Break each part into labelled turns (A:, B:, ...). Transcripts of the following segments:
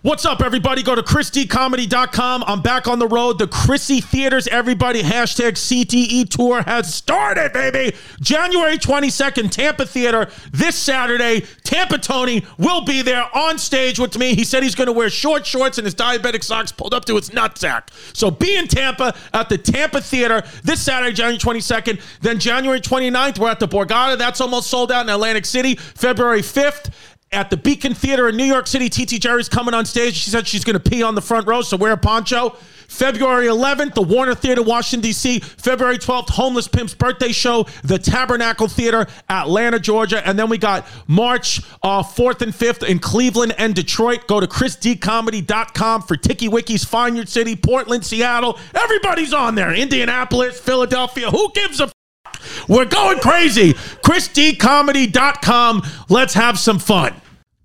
A: What's up, everybody? Go to ChristyComedy.com. I'm back on the road. The Chrissy Theaters, everybody. Hashtag CTE Tour has started, baby. January 22nd, Tampa Theater. This Saturday, Tampa Tony will be there on stage with me. He said he's going to wear short shorts and his diabetic socks pulled up to his nutsack. So be in Tampa at the Tampa Theater this Saturday, January 22nd. Then January 29th, we're at the Borgata. That's almost sold out in Atlantic City. February 5th, at the Beacon Theater in New York City. TT Jerry's coming on stage. She said she's going to pee on the front row, so wear a poncho. February 11th, the Warner Theater, Washington, D.C. February 12th, Homeless Pimp's birthday show, the Tabernacle Theater, Atlanta, Georgia. And then we got March uh, 4th and 5th in Cleveland and Detroit. Go to ChrisDComedy.com for Tiki Wikis, Find Your City, Portland, Seattle. Everybody's on there. Indianapolis, Philadelphia. Who gives a we're going crazy. ChrisDComedy.com. Let's have some fun.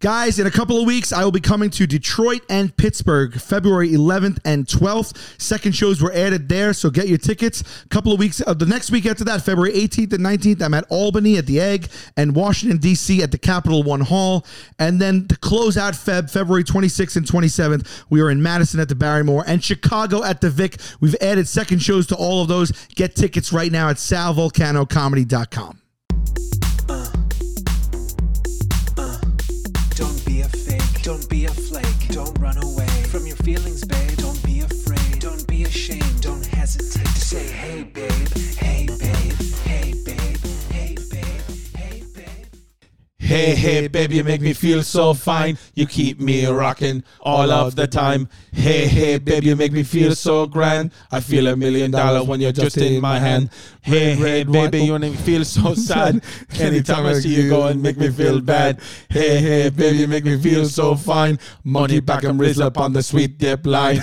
B: Guys, in a couple of weeks, I will be coming to Detroit and Pittsburgh, February 11th and 12th. Second shows were added there, so get your tickets. A couple of weeks, uh, the next week after that, February 18th and 19th, I'm at Albany at the Egg and Washington, D.C. at the Capital One Hall. And then to close out Feb, February 26th and 27th, we are in Madison at the Barrymore and Chicago at the Vic. We've added second shows to all of those. Get tickets right now at salvolcanocomedy.com.
C: Don't be a fake. Don't be a flake. Don't run away from your feelings, babe. Don't be afraid. Don't be ashamed. Don't hesitate to say, hey, babe. Hey, babe. Hey, babe. Hey, babe. Hey, babe.
D: Hey, hey, baby, you make me feel so fine. You keep me rocking all of the time. Hey, hey, baby, you make me feel so grand. I feel a million dollar when you're just in my hand. Hey, hey, baby, you make me feel so sad. Anytime I see you go and make me feel bad. Hey, hey, baby, you make me feel so fine. Money back and rizzle up on the sweet dip line.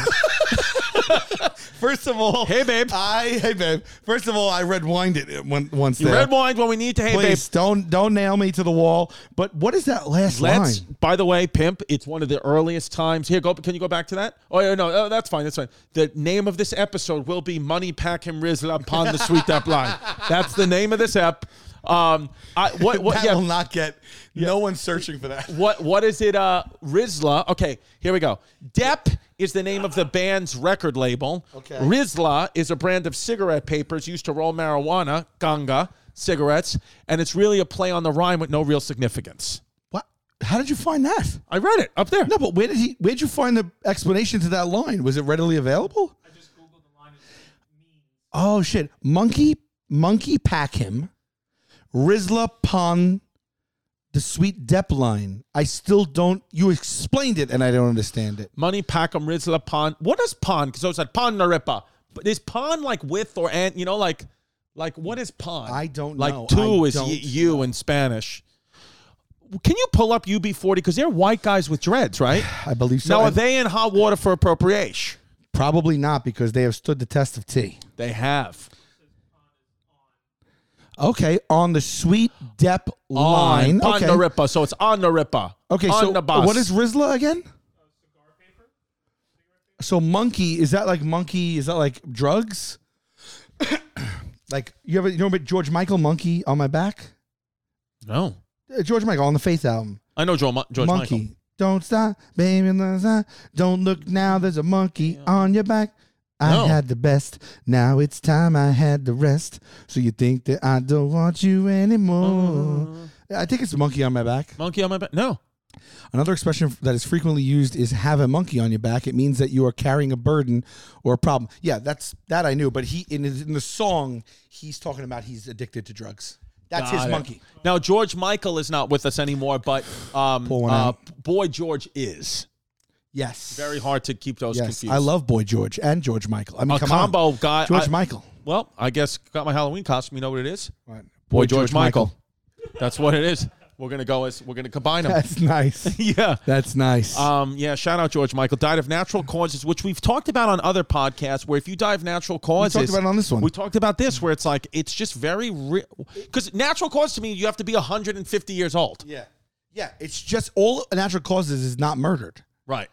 E: First of all,
A: Hey, babe.
E: I hey babe. First of all, I red wined it one, once there.
A: Red wine when we need to. Hey, babe.
E: Please don't don't nail me to the wall. But what is that last
A: Let's.
E: line?
A: By the way, pimp. It's one of the earliest times. Here, go. Can you go back to that? Oh yeah, no. Oh, that's fine. That's fine. The name of this episode will be "Money Pack Him Rizla upon the Sweet Up Line." That's the name of this app. Um, I what what
E: that
A: yeah,
E: will not get. No one's searching for that.
A: what what is it? Uh, Rizla. Okay, here we go. Depp is the name of the band's record label.
E: Okay.
A: Rizla is a brand of cigarette papers used to roll marijuana, ganga cigarettes, and it's really a play on the rhyme with no real significance.
E: What? How did you find that?
A: I read it up there.
E: No, but where did he? Where'd you find the explanation to that line? Was it readily available? I just googled the line. Oh shit! Monkey, monkey, pack him. Rizla pon the sweet dep line. I still don't. You explained it, and I don't understand it.
A: Money Packham Rizla Pond. What is Pond? Because I was like Pond Naripa. But is Pond like with or and? You know, like like what is Pond?
E: I don't
A: like
E: know.
A: two
E: I
A: is y-
E: don't
A: you in Spanish. Can you pull up UB40? Because they're white guys with dreads, right?
E: I believe so.
A: now are
E: And
A: they in hot water for appropriation?
E: probably not because they have stood the test of tea.
A: They have
E: Okay, on the sweet dep line.
A: on
E: okay.
A: Naripa. So it's on Naripa.
E: Okay,
A: on
E: so
A: the bus.
E: what is Rizla again? So monkey is that like monkey? Is that like drugs? like you ever you know about George Michael monkey on my back?
A: no?
E: Uh, George Michael on the Faith album.
A: I know Joe Mon- George
E: monkey,
A: Michael.
E: don't stop, baby, don't stop. Don't look now. There's a monkey on your back. I
A: No.
E: had the best. Now it's time I had the rest. So you think that I don't want you anymore?
A: Uh.
E: I think it's monkey on my back.
A: Monkey on my back. No,
E: Another expression that is frequently used is have a monkey on your back. It means that you are carrying a burden or a problem. Yeah, that's that I knew, but he in his, in the song he's talking about he's addicted to drugs. That's his
A: Got it.
E: monkey.
A: Now George Michael is not with us anymore, but um,
E: Pull one
A: uh,
E: out.
A: boy George is.
E: Yes.
A: Very hard to keep those
E: yes.
A: confused.
E: I love Boy George and George Michael. I mean,
A: a
E: come
A: combo
E: on.
A: guy.
E: George
A: I-
E: Michael.
A: Well, I guess got my Halloween costume. You know what it is?
E: Boy,
A: That's what it is. We're gonna go as we're gonna combine them.
E: That's nice.
A: yeah.
E: That's nice.
A: Um, yeah, shout out George Michael. Died of natural causes, which we've talked about on other podcasts. Where if you die of natural causes,
E: about it on this one.
A: We talked about this, where it's like it's just very because natural cause to me, you have to be 150 years old,
E: yeah. Yeah, it's just all natural causes is not murdered.
A: right?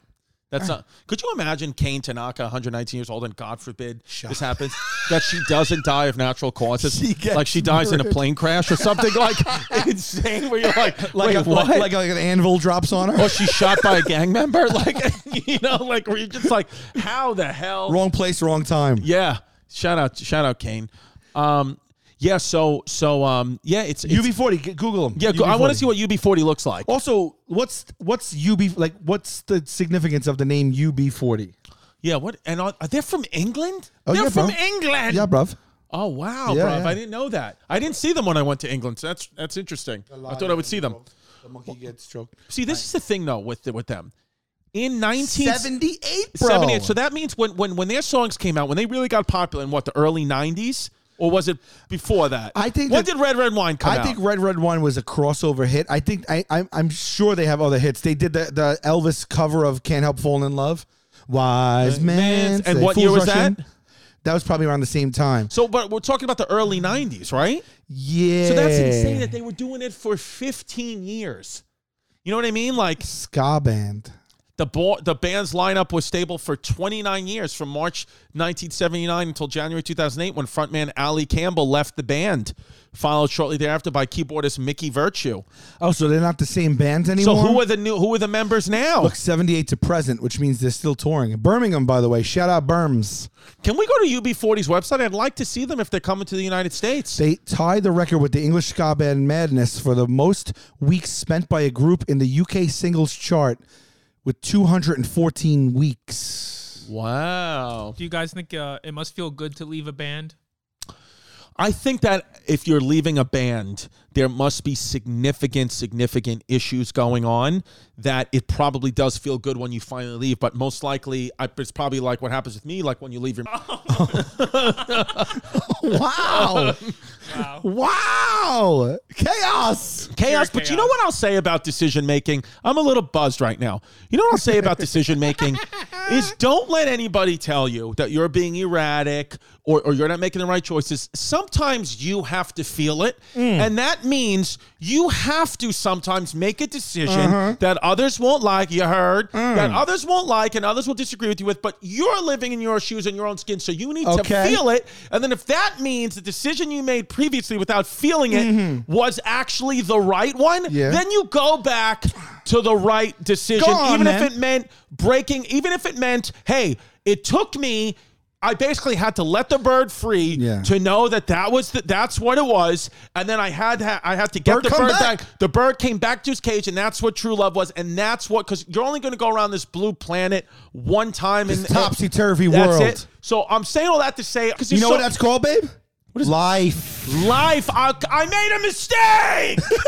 A: That's not. Could you imagine Kane Tanaka, 119 years old, and God forbid this happens, that she doesn't die of natural causes,
E: She gets
A: like she dies in a
E: murdered.
A: plane crash or something like insane, where you're like,
E: Like
A: wait,
E: a,
A: what?
E: Like, like an anvil drops on her.
A: or she's shot by a gang member, like you know, like where you're just like, how the hell?
E: wrong place, wrong time.
A: Yeah. Shout out, shout out, Kane. Um, yeah. So, so, um, yeah, it's, it's
E: UB40, g- Google them.
A: yeah. go- I want to see what UB40 looks like. Oh,
E: Also, what's what's UB like? What's the significance of the name UB40?
A: Yeah. What? And are, are they from England?
E: Oh,
A: They're
E: yeah,
A: from
E: bro.
A: England.
E: Yeah, bruv.
A: Oh wow,
E: Yeah,
A: bro!
E: yeah.
A: I didn't know that. I didn't see them when I went to England. So that's that's interesting. I thought I would see them.
E: The monkey gets stroked.
A: See, this is the thing though with the, with them. In 1978,
E: 78, bro.
A: so that means when, when when their songs came out, when they really got popular in what the early 90s, or was it before that?
E: I think
A: When
E: that-
A: did Red Red Wine come
E: I
A: out?
E: think Red Red Wine was a crossover hit. I think I, I'm, I'm sure they have other hits. They did the, the Elvis cover of "Can't Help Falling in Love." Wise man,
A: and
E: say
A: what
E: fools
A: year was
E: rush in.
A: that?
E: That was probably around the same time.
A: So, but we're talking about the early 90s, right?
E: Yeah.
A: So that's insane that they were doing it for 15 years. You know what I mean? Like
E: ska band.
A: the ball, the band's lineup was stable for 29 years, from March 1979 until January 2008, when frontman Ali Campbell left the band, followed shortly thereafter by keyboardist Mickey Virtue.
E: Oh, so they're not the same bands
A: So
E: anymore.
A: who are the new? Who are the members now?
E: Look, 78 to present, which means they're still touring. Birmingham, by the way. Shout out Berms.
A: Can we go to UB40's website? I'd like to see them if they're coming to the United States.
E: They tied the record with the English ska band Madness for the most weeks spent by a group in the UK singles chart with 214 weeks.
A: wow.
F: Do you guys think uh, it must feel good to leave a band?
A: I think that if you're leaving a band, there must be significant, significant issues going on that it probably does feel good when you finally leave. But most likely, I, it's probably like what happens with me, like when you leave your.
E: Wow.
F: Wow.
E: wow. Chaos.
A: chaos.
F: Pure
A: But you know
F: chaos.
A: what I'll say about decision making? I'm a little buzzed right now. You know what I'll say about decision making is don't let anybody tell you that you're being erratic or, or you're not making the right choices. Sometimes you have to feel it.
F: Mm.
A: And that means you have to sometimes make a decision
F: Uh-huh.
A: that others won't like, you heard, that
F: Mm.
A: others won't like and others will disagree with you with, but you're living in your shoes and your own skin. So you need to
E: Okay.
A: feel it. And then if that means the decision you made previously without feeling it was actually the right one,
E: Mm-hmm. Yeah.
A: then you go back to the right decision.
E: Go on,
A: even
E: man.
A: if it meant breaking, even if it meant, hey, it took me. I basically had to let the bird free
E: Yeah.
A: to know that that was the, that's what it was, and then I had ha- I had to get
E: Bird
A: the
E: come
A: bird
E: back.
A: back. The bird came back to his cage, and that's what true love was, and that's what because you're only going to go around this blue planet one time in
E: Topsy turvy
A: that's
E: world.
A: it. So I'm saying all that to say, because
E: You know what that's called, babe? Life.
A: life. I, I made a mistake,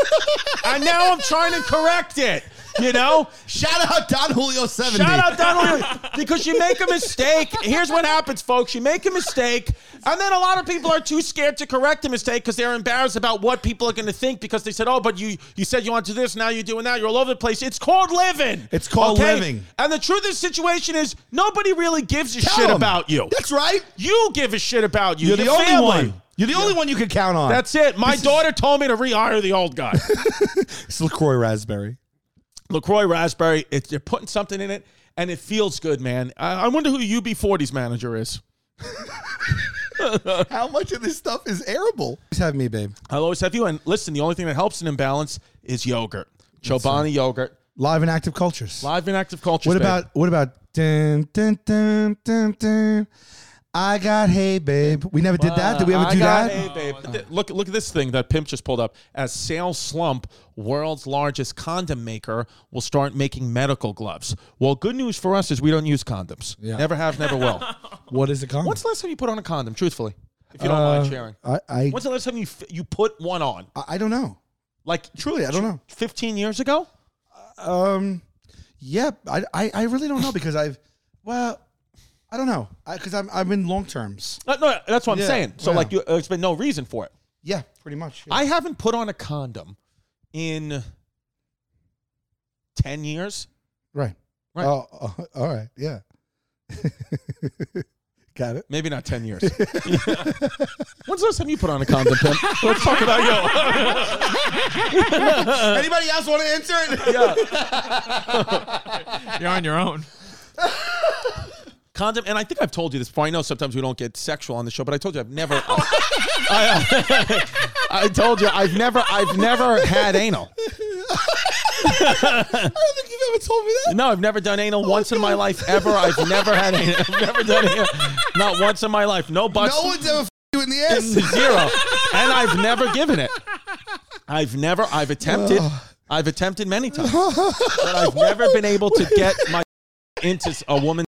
A: and now I'm trying to correct it. You know,
E: Shout out Don Julio 70.
A: shout out Donald because you make a mistake. Here's what happens, folks: you make a mistake, and then a lot of people are too scared to correct a mistake because they're embarrassed about what people are going to think because they said, "Oh, but you you said you want to do this, now you're doing that, you're all over the place." It's called living.
E: It's called living.
A: And the truth of the situation is, nobody really gives a shit about you.
E: That's right.
A: You give a shit about you.
E: You're the
A: your
E: only
A: family.
E: one. You're the only one you can count on.
A: That's it. My daughter told me to rehire the old guy.
E: It's LaCroix Raspberry.
A: LaCroix Raspberry, it, they're putting something in it, and it feels good, man. I, I wonder who UB40's manager is.
E: How much of this stuff is arable? Just have me, babe.
A: I'll always have you. And listen, the only thing that helps an imbalance is yogurt. Chobani yogurt.
E: Live and active cultures.
A: Live and active culture.
E: what about what about dun, dun, dun, dun, dun. I got hey babe. We never did that. Did we
A: Ah,
E: ever do that?
A: Look, look at this thing that Pimp just pulled up. As sales slump, world's largest condom maker will start making medical gloves. Well, good news for us is we don't use condoms. Never have, never will.
E: What is it called?
A: When's the last time you put on a condom? Truthfully, if you don't
E: Uh,
A: mind sharing.
E: I I,
A: When's the last time you f- you put one on?
E: I I don't know.
A: Like
E: Truly, I don't know.
A: Fifteen years ago.
E: Um yeah, I I, I really don't know because I've well I don't know. I cuz I'm I'm in long terms.
A: Uh, no, that's what I'm
E: Yeah,
A: saying. So
E: wow.
A: like, you, there's been no reason for it.
E: Yeah, pretty much.
A: I haven't put on a condom in ten years.
E: right.
A: Right.
E: Oh, oh, all right. Yeah. got it.
A: Maybe not ten years. When's the last time you put on a condom, Pimp? Let's talk about yo.
E: Anybody else want to answer it?
F: You're on your own.
A: condom. And I think I've told you this before. I know sometimes we don't get sexual on the show, but I told you I've never.
E: Oh,
A: I, I told you I've never. I've never had anal.
E: I don't think you've ever told me that. Oh,
A: No, I've never done anal once in my life ever. I've never had anal. I've never done anal. Not once in my life. No butts.
E: No one's ever f- you in the ass.
A: zero. And I've never given it. I've never. I've attempted. I've attempted many times, but I've never been able to get my into a woman.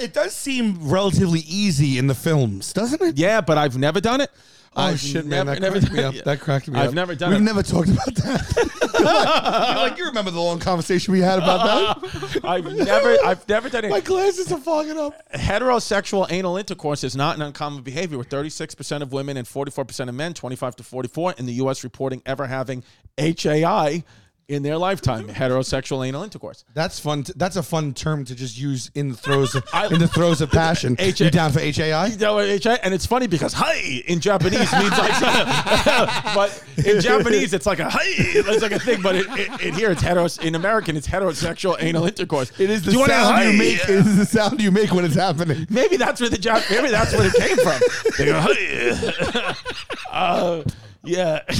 E: It does seem relatively easy in the films, doesn't it?
A: Yeah, but I've never done it.
E: Oh
A: I've
E: shit, man!
A: never-
E: that
A: never
E: cracked me
A: done
E: up.
A: it.
E: That cracked me up.
A: I've never done
E: We've
A: it.
E: never talked about that. you're, like, you're like, you remember the long conversation we had about that?
A: I've never, I've never done
E: My
A: it.
E: glasses are fogging up.
A: Heterosexual anal intercourse is not an uncommon behavior, with 36% of women and 44% of men, 25 to 44, in the U.S. reporting ever having HAI in their lifetime. Heterosexual anal intercourse.
E: That's fun. T- that's a fun term to just use in the throes of
A: I-
E: in the throes of passion.
A: H-
E: you down for HAI?
A: You know what, HAI? And it's funny because "hi" in Japanese means like, but in Japanese it's like a "hi," it's like a thing. But it, it, it here it's heteros. In American, it's heterosexual anal intercourse.
E: It is the
A: Do wanna
E: sound you
A: "hi"?
E: make. It is the sound you make when it's happening.
A: Maybe that's where the job. Maybe that's where it came from. They go, "Hey." uh, yeah,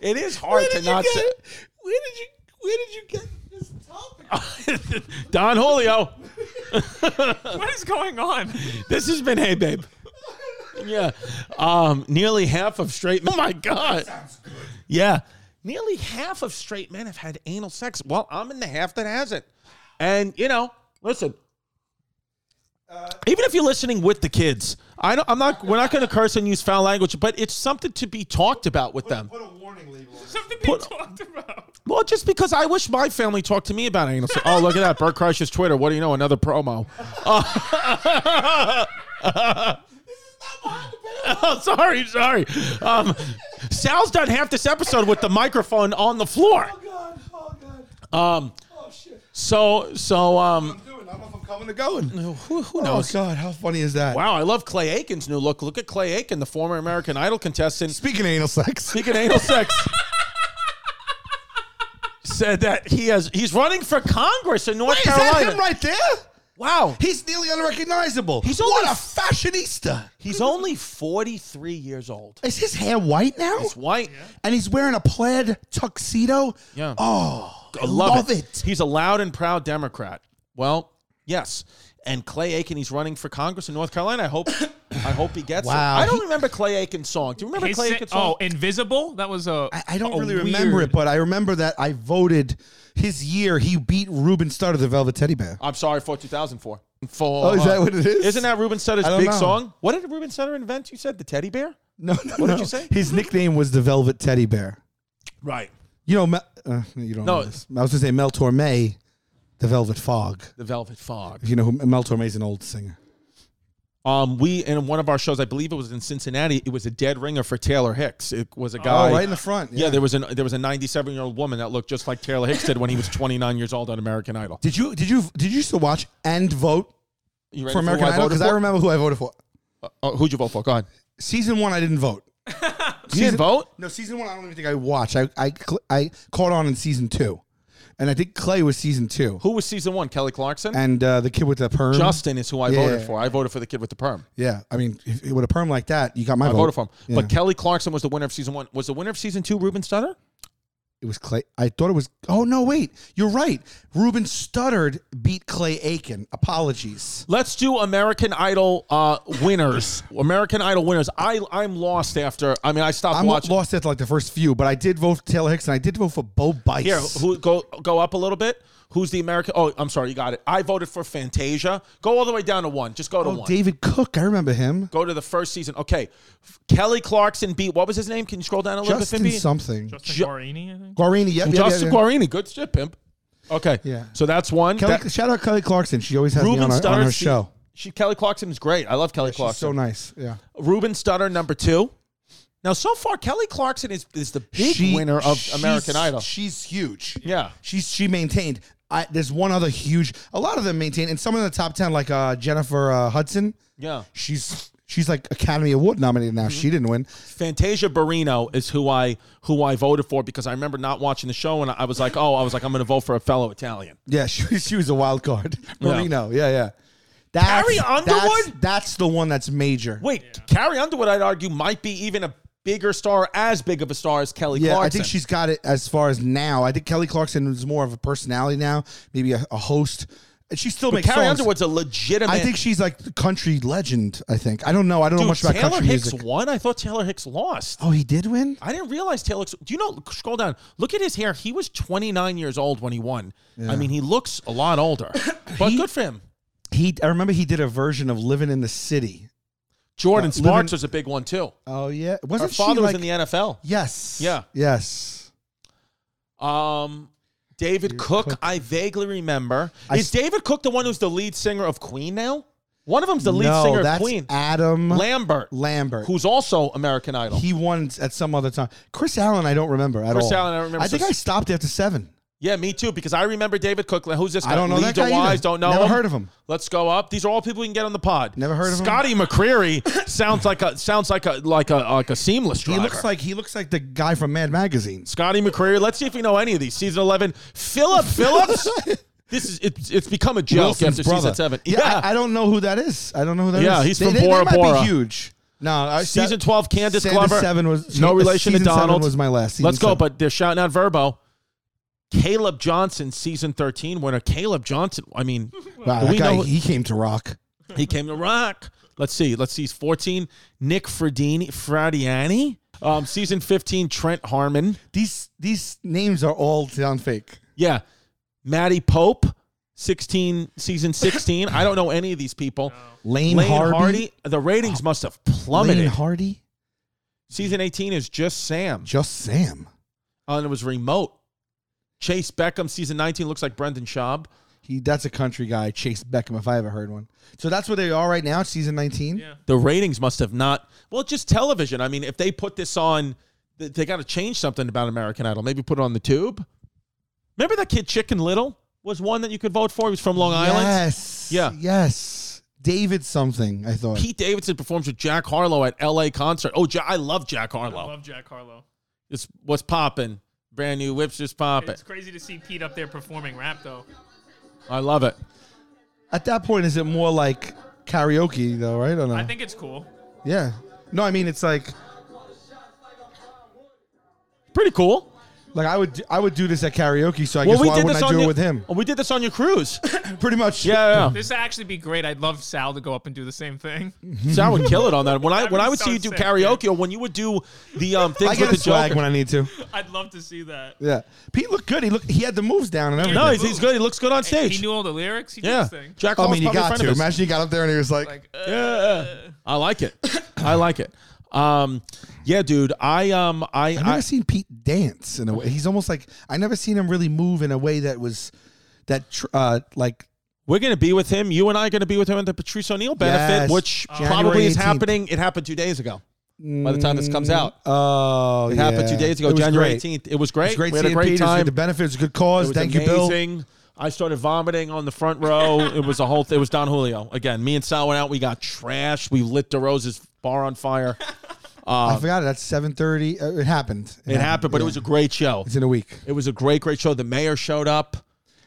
A: it is hard to not. say-
E: Where did you? Where did you get this topic?
A: Don Julio,
F: What is going on?
A: this has been hey babe. Yeah, um, nearly half of straight. men. Oh my god. Yeah, nearly half of straight men have had anal sex. Well, I'm in the half that hasn't. And you know, listen. Even if you're listening with the kids, I don't, I'm not. We're not going to curse and use foul language, but it's something to be talked about with them.
E: Put a warning label. on it.
F: Something being talked about.
A: Well, just because I wish my family talked to me about anal sex. Oh, look at that. Bert Kreischer's Twitter. What do you know? Another promo. Uh, Oh, sorry, sorry. Um, Sal's done half this episode with the microphone on the floor.
E: God, oh god.
A: Um,
E: Oh shit.
A: so, so, um,
E: I'm doing. I don't know if I'm coming or going.
A: who, who
E: Oh
A: knows?
E: god, how funny is that?
A: wow, I love Clay Aiken's new look. Look at Clay Aiken, the former American Idol contestant.
E: Speaking of anal sex,
A: Speaking of anal sex, said that he has he's running for Congress in North
E: Wait, is that
A: Carolina.
E: him right there?
A: Wow,
E: He's nearly unrecognizable.
A: He's
E: what
A: only-
E: a fashionista.
A: he's only forty three years old.
E: Is his hair white now?
A: It's white.
E: and he's wearing a plaid tuxedo.
A: Yeah.
E: Oh,
A: I love, it. He's a loud and proud Democrat. Well, yes. And Clay Aiken, he's running for Congress in North Carolina. I hope, I hope he gets
E: Wow.
A: it. I don't
E: He-
A: remember Clay Aiken's song. Do you remember
F: His
A: Clay
F: sa-
A: Aiken's song?
F: oh, Invisible? That was uh, a.
E: I, I don't
F: a
E: really remember
F: weird-
E: it, but I remember that I voted his year. He beat Ruben Studdard, the Velvet Teddy Bear.
A: I'm sorry for 2004. For
E: Oh, is that what it is?
A: Isn't that Ruben Sutter's
E: I don't
A: big
E: know.
A: song? What did Ruben Sutter invent? You said the teddy bear,
E: No, no,
A: What
E: no.
A: did you say?
E: His nickname was the Velvet Teddy Bear.
A: right?
E: You know, Mel, uh, you don't.
A: No.
E: know this. I was going to say Mel Torme, the Velvet Fog.
A: The Velvet Fog.
E: You know, who- Mel Torme's an old singer.
A: Um, we in one of our shows, I believe it was in Cincinnati. It was a dead ringer for Taylor Hicks. It was a guy
E: Oh, right in the front.
A: Yeah, there was an there was a 97 year old woman that looked just like Taylor Hicks did when he was 29 years old on American Idol.
E: Did you did you did you still watch and vote
A: You ready who
E: for American
A: I
E: Idol?
A: voted
E: Because I
A: for?
E: remember who I voted for.
A: Oh, who'd you vote for? Go ahead.
E: Season one, I didn't vote.
A: You didn't vote?
E: No, season one. I don't even think I watched. I I cl- I caught on in season two, and I think Clay was season two,
A: Who was season one? Kelly Clarkson.
E: and uh, the kid with the perm.
A: Justin is who I
E: Yeah.
A: voted for. I voted for the kid with the perm.
E: Yeah, I mean, if, with a perm like that, you got my
A: I
E: vote.
A: voted for him. But
E: Yeah.
A: Kelly Clarkson was the winner of season one. Was the winner of season two Ruben Studdard?
E: it was Clay. I thought it was. Oh no, wait, you're right. Ruben Studdard beat Clay Aiken. Apologies.
A: Let's do American Idol uh, winners. American Idol winners. I I'm lost after. I mean, I stopped
E: I'm
A: watching.
E: lost after like the first few, but I did vote for Taylor Hicks and I did vote for Bo Bice.
A: Here, who go go up a little bit? Who's the American? Oh, I'm sorry, you got it. I voted for Fantasia. Go all the way down to one. Just go to one.
E: oh, David Cook. I remember him.
A: Go to the first season. Okay, F- Kelly Clarkson beat. What was his name? Can you scroll down a little
E: Justin
A: bit? Pimp?
E: something.
F: Justin
A: Ju-
F: Guarini, I think.
E: Guarini. Yeah, yeah, yeah,
A: Justin
E: yeah.
A: Guarini. Good shit, pimp. Okay.
E: Yeah.
A: So that's one.
E: Kelly,
A: That-
E: shout out Kelly Clarkson. She always has me
A: Ruben
E: on, our, on
A: Studdard.
E: her
A: she-
E: show.
A: She, Kelly Clarkson is great. I love Kelly
E: She's so
A: Clarkson.
E: nice. Yeah.
A: Ruben Studdard, number two. Now, so far, Kelly Clarkson is, is the big winner of
E: she's-
A: American Idol.
E: She's huge.
A: Yeah.
E: She's she maintained. I, there's one other huge. A lot of them maintain, and some in the top ten, like uh, Jennifer uh, Hudson.
A: Yeah. Mm-hmm.
E: She's she's like Academy Award nominated now. She didn't win.
A: Fantasia Barrino is who I who I voted for because I remember not watching the show and I was like, oh, I was like, I'm going to vote for a fellow Italian.
E: Yeah, she she was a wild card. Marino. Yeah, yeah. That's,
A: Carrie
E: That's,
A: Underwood?
E: that's the one that's major.
A: Wait, Carrie Underwood, I'd argue, might be even a bigger star, as big of a star as Kelly
E: Yeah,
A: Clarkson.
E: I think she's got it as far as now. I think Kelly Clarkson is more of a personality now, maybe a, a host. And She still
A: But
E: makes
A: Carrie
E: songs.
A: Underwood's a legitimate.
E: I think she's like the country legend. I think I don't know. I don't know
A: Dude,
E: much about
A: Taylor
E: country
A: Hicks
E: music.
A: won. I thought Taylor Hicks lost.
E: Oh, he did win.
A: I didn't realize Taylor. Do you know? Scroll down. Look at his hair. He was 29 years old when he won. I mean, he looks a lot older, but good for him.
E: He. I remember he did a version of Living in the City.
A: Jordan
E: Uh, living-
A: Sparks was a big one too.
E: Oh yeah,
A: Her
E: wasn't
A: father
E: she
A: was
E: like?
A: in the NFL.
E: yes.
A: Yeah.
E: Yes.
A: Um, David Cook, I vaguely remember.
E: I
A: Is David Cook the one who's the lead singer of Queen now? One of them's the lead
E: no,
A: singer
E: that's
A: of Queen.
E: Adam
A: Lambert,
E: Lambert.
A: who's also American Idol.
E: he won at some other time. Chris Allen, I don't remember at
A: Chris
E: all.
A: Allen, I remember.
E: I think
A: So-
E: I stopped after seven.
A: yeah, me too, because I remember David Cook. Who's this guy?
E: I don't know
A: Lee
E: that guy
A: DeWise,
E: either.
A: don't know
E: Never
A: him.
E: heard of him.
A: Let's go up. These are all people we can get on the pod.
E: Never heard of him.
A: Scotty McCreery sounds like a sounds like a like a like a seamless
E: He
A: driver.
E: looks like he looks like the guy from Mad Magazine.
A: Scotty McCreery. Let's see if we know any of these. Season eleven, Philip Phillips. this is it's, it's become a joke
E: Wilson's
A: after
E: brother.
A: season seven.
E: Yeah, I, I don't know who that is. I don't know who that is.
A: Yeah, he's
E: They-
A: from
E: they- they
A: Bora
E: might be
A: Bora.
E: huge. No, I-
A: Season 12, Candace
E: Sanders
A: Glover.
E: Seven was
A: no relation to
E: season seven
A: Donald.
E: Was my last. Season
A: Let's go,
E: seven.
A: but they're shouting out Verbo. Caleb Johnson, season 13 winner. Caleb Johnson. I mean,
E: wow,
A: do
E: that
A: we
E: guy,
A: know-
E: he came to rock.
A: he came to rock. Let's see. Let's see. He's 14. Nick Fradini, Fradiani. Um, season 15, Trent Harmon.
E: These these names are all sound fake.
A: Yeah. Maddie Pope, 16, season 16. I don't know any of these people.
E: Lane,
A: Lane Hardy.
E: Hardy. Oh.
A: The ratings must have
E: Lane
A: plummeted.
E: Hardy.
A: Season 18 is just Sam.
E: Just Sam.
A: Oh, and it was remote. Chase Beckham, season 19, looks like Brendan Schaub.
E: He that's a country guy. Chase Beckham, if I ever heard one. So that's where they are right now. Season nineteen.
F: Yeah.
A: the ratings must have not. Well, just television. I mean, if they put this on, th- they got to change something about American Idol. Maybe put it on the tube. Remember that kid Chicken Little was one that you could vote for. He was from Long Island.
E: Yes.
A: Yeah.
E: Yes. David something. I thought.
A: Pete Davidson performs with Jack Harlow at L.A. concert. Oh, Ja- I love Jack
F: I
A: Harlow.
F: love Jack Harlow.
A: It's what's popping. Brand new whips just popping.
F: It's crazy to see Pete up there performing rap though.
A: I love it.
E: At that point, is it more like karaoke though? Right? Or no?
F: I think it's cool.
E: Yeah. No, I mean it's like
A: Pretty cool.
E: like I would I would do this at karaoke. So I
A: Well,
E: guess
A: we
E: why
A: did
E: wouldn't
A: this
E: I
A: on
E: do
A: your, Oh,
E: it with him?
A: We did this on your cruise.
E: Pretty much.
A: Yeah, yeah.
F: This would actually be great. I'd love Sal to go up and do the same thing.
A: so I would kill it on that. When I when
F: would
A: I would
F: so
A: see you do
F: sick,
A: karaoke, or when you would do the um things
E: I get a
A: with the
E: swag
A: Joker.
E: when I need to.
F: I'd love to see that.
E: Yeah. Pete looked good. He looked. He had the moves down and everything.
A: No, he's, he's good. He looks good on stage.
F: He knew all the lyrics. He did
A: Yeah,
F: his thing.
A: Jack.
E: I
A: Hall's
E: mean, he
A: probably a
E: got
A: friend
E: to.
A: of his.
E: Imagine he got up there and he was like,
F: Like, uh,
A: Yeah, yeah. I like it. I like it. Um, yeah, dude. I um, I,
E: I've never
A: I
E: seen Pete dance in a way. He's almost like I never seen him really move in a way that was that tr- uh like
A: we're gonna be with him. You and I are gonna be with him at the Patrice O'Neill benefit,
E: Yes.
A: which
E: January
A: probably is
E: 18th.
A: happening. It happened two days ago. By the time this comes out,
E: oh
A: it happened two
E: yeah.
A: days ago,
E: It was
A: January
E: great.
A: eighteenth. It was
E: It
A: great.
E: was great
A: we had a
E: seeing
A: great
E: Pete. It was
A: time.
E: The benefits, good
A: It
E: cause.
A: was
E: Thank you, Bill.
A: amazing. I started vomiting on the front row. it was a whole. Th- it was Don Julio again. Me and Sal went out. We got trashed. We lit DeRose's bar on fire.
E: I forgot it. That's seven thirty. Uh, it happened.
A: It happened, but it was a great show.
E: It's in a week.
A: It was a great, great show. The mayor showed up.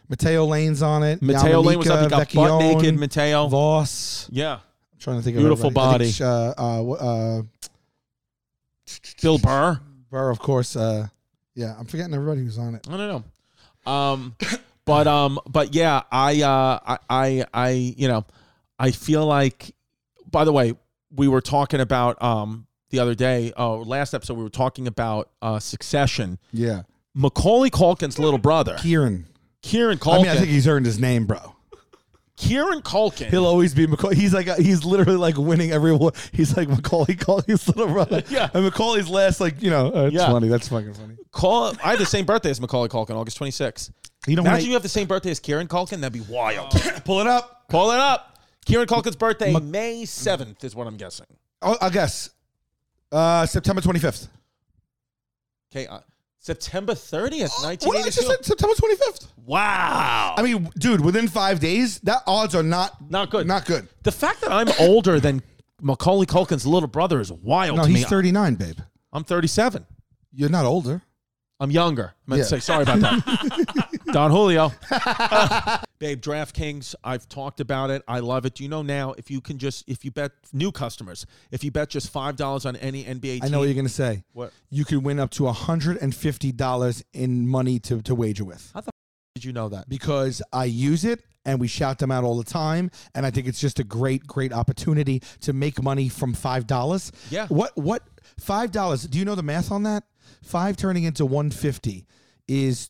E: Mateo Lane's on it.
A: Mateo Lane was up. He got
E: Vecchione,
A: butt naked. Mateo.
E: Voss.
A: yeah.
E: I'm trying to think
A: Beautiful
E: of everybody.
A: body.
E: I think, uh, uh, what- uh,
A: Bill Burr.
E: Burr, of course. Uh, yeah, I'm forgetting everybody who's on it.
A: I don't know. Um, but um, but yeah, I uh, I, I I you know, I feel like. By the way, we were talking about um the other day, uh, last episode we were talking about uh Succession.
E: Yeah,
A: Macaulay Culkin's little brother,
E: Kieran.
A: Kieran Culkin.
E: I mean, I think he's earned his name, bro.
A: Kieran Culkin.
E: He'll always be Macaulay. He's like he's literally like winning every award. He's like Macaulay Culkin's little brother.
A: Yeah.
E: and Macaulay's last like you know. Uh, it's
A: Yeah.
E: funny. That's fucking funny.
A: Call. I had the same birthday as Macaulay Culkin, August 26th.
E: You know, when
A: Imagine
E: I-
A: you have the same birthday as Kieran Culkin. That'd be wild.
E: pull it up.
A: Pull it up. Kieran Culkin's birthday, May 7th, is what I'm guessing.
E: I'll, I'll Oh, guess. Uh, September 25th.
A: Okay. Uh, September 30th,
E: What did I just
A: 1982.
E: say? September 25th.
A: wow.
E: I mean, dude, within five days, that odds are not
A: Not good.
E: Not good.
A: the fact that I'm older than Macaulay Culkin's little brother is wild
E: No,
A: to me.
E: he's 39, babe.
A: I'm 37.
E: You're not older.
A: I'm younger. I meant to say sorry about that. Don Julio. Babe, DraftKings, I've talked about it. I love it. Do you know now if you can just if you bet new customers, if you bet just five dollars on any NBA team,
E: I know what you're going to say.
A: What?
E: You could win up to $150 in money to, to wager with
A: did you know that?
E: because I use it and we shout them out all the time. And I think it's just a great, great opportunity to make money from $5.
A: Yeah.
E: What, what, $5? Do you know the math on that? Five turning into 150 is,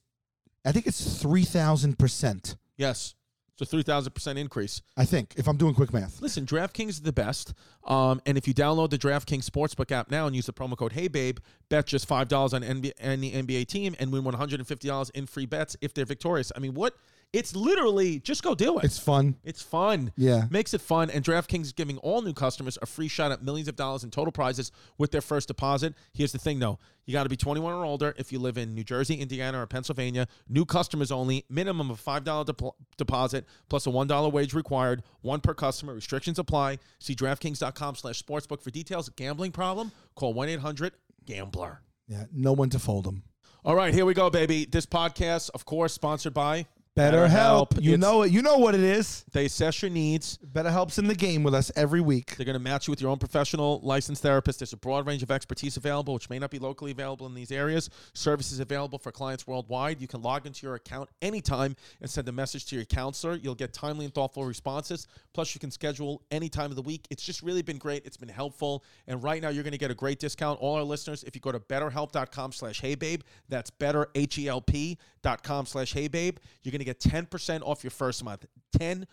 E: I think it's 3,000%.
A: Yes. It's a three thousand percent increase.
E: I think, if I'm doing quick math.
A: Listen, DraftKings is the best. Um, and if you download the DraftKings Sportsbook app now and use the promo code Hey Babe, bet just five dollars on NBA, any NBA team and win one hundred and fifty dollars in free bets if they're victorious. I mean, what? It's literally just go do it.
E: It's fun.
A: It's fun.
E: Yeah.
A: Makes it fun. And DraftKings is giving all new customers a free shot at millions of dollars in total prizes with their first deposit. Here's the thing, though you got to be 21 or older if you live in New Jersey, Indiana, or Pennsylvania. New customers only. Minimum of $5 dep- deposit plus a $1 wage required. One per customer. Restrictions apply. See DraftKings.com slash sportsbook for details. Gambling problem? Call 1 800 Gambler.
E: Yeah. No one to fold them.
A: All right, here we go, baby. This podcast, of course, sponsored by
E: Better help.
A: BetterHelp.
E: You
A: It's-
E: know it. You know what it is.
A: They assess your needs.
E: Better helps in the game with us every week.
A: They're going to match you with your own professional licensed therapist. There's a broad range of expertise available, which may not be locally available in these areas. Services available for clients worldwide. You can log into your account anytime and send a message to your counselor. You'll get timely and thoughtful responses. Plus, you can schedule any time of the week. It's just really been great. It's been helpful. And right now, you're going to get a great discount. All our listeners, if you go to betterhelp.com slash heybabe, that's better, H-E-L-P dot com slash heybabe, you're going to get 10% off your first month. 10%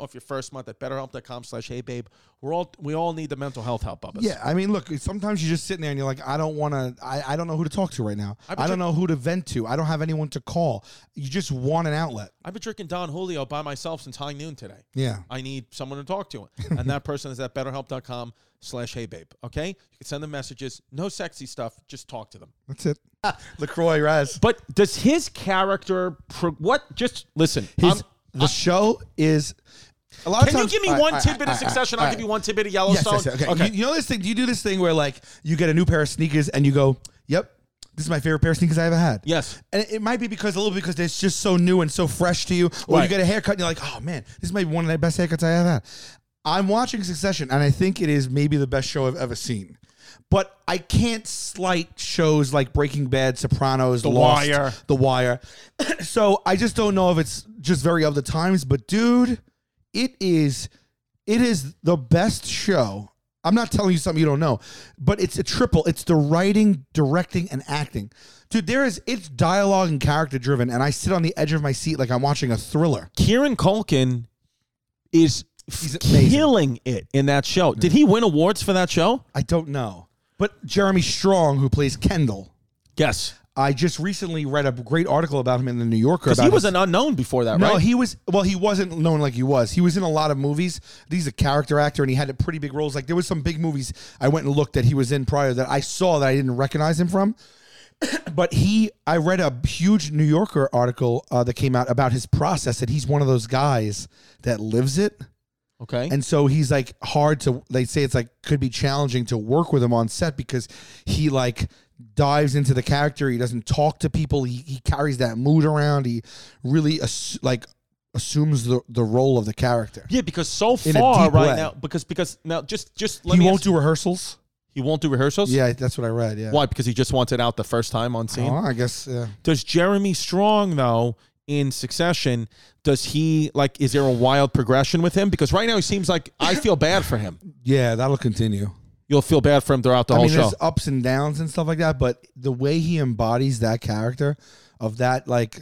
A: off your first month at betterhelp.com slash heybabe. We're all, we all need the mental health help, Bubba.
E: Yeah, I mean, look. Sometimes you're just sitting there and you're like, I don't want to. I, I don't know who to talk to right now.
A: been
E: I don't
A: tr-
E: know who to vent to. I don't have anyone to call. You just want an outlet.
A: I've been drinking Don Julio by myself since high noon today.
E: Yeah.
A: I need someone to talk to. And that person is at betterhelp.com slash heybabe. Okay? You can send them messages. No sexy stuff. Just talk to them.
E: That's it. Lacroix Raz.
A: But does his character pro- what? Just listen.
E: His,
A: I'm-
E: the show is. A lot of
A: can
E: times-
A: you give me
E: all right,
A: one
E: all right,
A: tidbit
E: all
A: of
E: right,
A: Succession?
E: all
A: I'll
E: right.
A: give you one tidbit of
E: Yes,
A: Yellowstone.
E: yes, yes, okay. You, you know this thing. You do this thing where like you get a new pair of sneakers and you go, "Yep, this is my favorite pair of sneakers I ever had."
A: Yes.
E: and it- it might be because a little because it's just so new and so fresh to you. Or
A: Right.
E: you get a haircut and you're like, "Oh man, this might be one of the best haircuts I ever had." I'm watching Succession and I think it is maybe the best show I've ever seen. But I can't slight shows like Breaking Bad, Sopranos, The
A: Wire.
E: The Wire. so I just don't know if it's just very of the times, but dude, it is it is the best show. I'm not telling you something you don't know, but it's a triple. It's the writing, directing, and acting. Dude, there is it's dialogue and character driven, and I sit on the edge of my seat like I'm watching a thriller.
A: Kieran Culkin is f-
E: amazing.
A: killing it in that show. Did he win awards for that show?
E: I don't know. But Jeremy Strong, who plays Kendall,
A: Yes.
E: I just recently read a great article about him in the New Yorker.
A: Because
E: About
A: he was
E: his-
A: an unknown before that,
E: No,
A: right?
E: he was well. He wasn't known like he was. He was in a lot of movies. He's a character actor, and he had a pretty big roles. Like there was some big movies I went and looked that he was in prior that I saw that I didn't recognize him from. but he, I read a huge New Yorker article uh, that came out about his process that he's one of those guys that lives it.
A: okay.
E: And so he's like hard to they say it's like could be challenging to work with him on set because he like dives into the character, he doesn't talk to people, he, he carries that mood around, he really ass- like assumes the, the role of the character.
A: yeah, because so
E: In a
A: far
E: deep
A: right
E: way.
A: now, because because now just just let
E: He
A: me
E: won't
A: ask-
E: do rehearsals?
A: he won't do rehearsals.
E: Yeah, that's what I read, yeah.
A: Why? Because he just wants it out the first time on scene.
E: Oh, I guess yeah.
A: Does Jeremy Strong though in Succession? Does he like? Is there a wild progression with him? Because right now he seems like I feel bad for him.
E: Yeah, that'll continue.
A: You'll feel bad for him throughout the
E: I
A: whole
E: mean,
A: show.
E: there's ups and downs and stuff like that, but the way he embodies that character of that, like,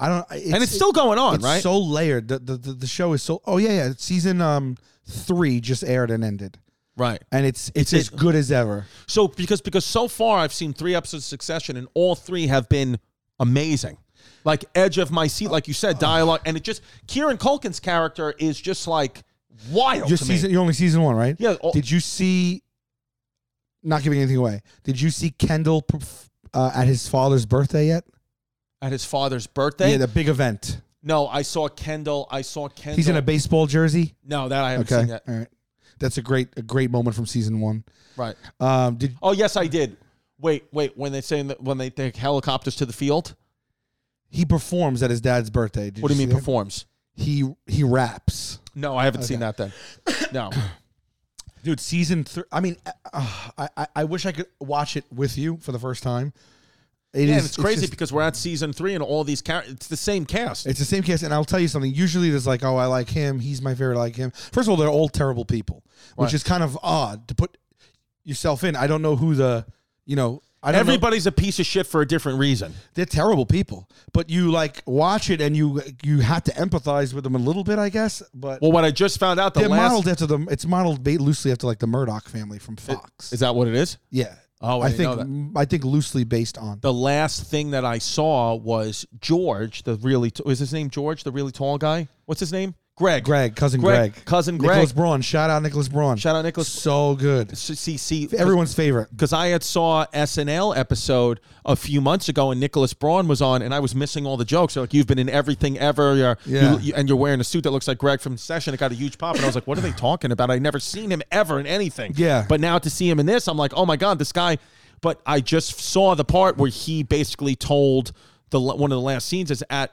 E: I don't. It's,
A: and it's still going on,
E: it's
A: right?
E: so layered. The, the the the show is so. Oh yeah, yeah. Season um three just aired and ended,
A: right.
E: and it's it's,
A: It's-
E: as good as ever.
A: So because because so far I've seen three episodes of Succession and all three have been amazing. Like edge of my seat, like you said, dialogue, and it just Kieran Culkin's character is just like wild.
E: Your
A: to me.
E: season, you're only season one, right?
A: Yeah, all-
E: Did you see? Not giving anything away. Did you see Kendall perf- uh, at his father's birthday yet?
A: at his father's birthday.
E: yeah, the big event.
A: no, I saw Kendall. I saw Kendall.
E: He's in a baseball jersey.
A: no that I haven't
E: Okay,
A: seen that.
E: all right. That's a great a great moment from season one.
A: Right.
E: Um, did
A: Oh yes, I did. Wait, wait. When they say that when they take helicopters to the field,
E: He performs at his dad's birthday. Did
A: what do you
E: see
A: mean
E: that?
A: performs?
E: He he raps.
A: No, I haven't seen that then. No,
E: dude season three i mean uh, uh, I, I i wish i could watch it with you for the first time It is.
A: yeah, and it's crazy
E: just-
A: because we're at season three and all these characters. It's the same cast.
E: it's the same case and i'll tell you something usually there's like oh i like him he's my favorite I like him first of all they're all terrible people which
A: Right.
E: is kind of odd to put yourself in i don't know who the you know i don't know-
A: Everybody's a piece of shit for a different reason.
E: they're terrible people but you like watch it and you you have to empathize with them a little bit i guess but
A: Well, what I just found out the
E: they're
A: last
E: modeled after them it's modeled ba- loosely after like the murdoch family from fox
A: is that what it is.
E: yeah
A: Oh, I didn't know
E: think i think loosely based on
A: The last thing that I saw was George, the really t- is his name George, the really tall guy. What's his name? Greg.
E: Greg, cousin
A: Greg,
E: Greg,
A: cousin
E: Nicholas
A: Greg.
E: Braun. Shout out Nicholas Braun.
A: Shout out Nicholas.
E: So good.
A: S- See, see,
E: Everyone's favorite.
A: because I had saw SNL episode a few months ago and Nicholas Braun was on and I was missing all the jokes. They're like you've been in everything ever, you're,
E: Yeah.
A: you- you- and you're wearing a suit that looks like Greg from Session. It got a huge pop, and I was like, what are they talking about? I never seen him ever in anything.
E: Yeah.
A: but now to see him in this, I'm like, oh my god, this guy. But I just saw the part where he basically told the one of the last scenes is at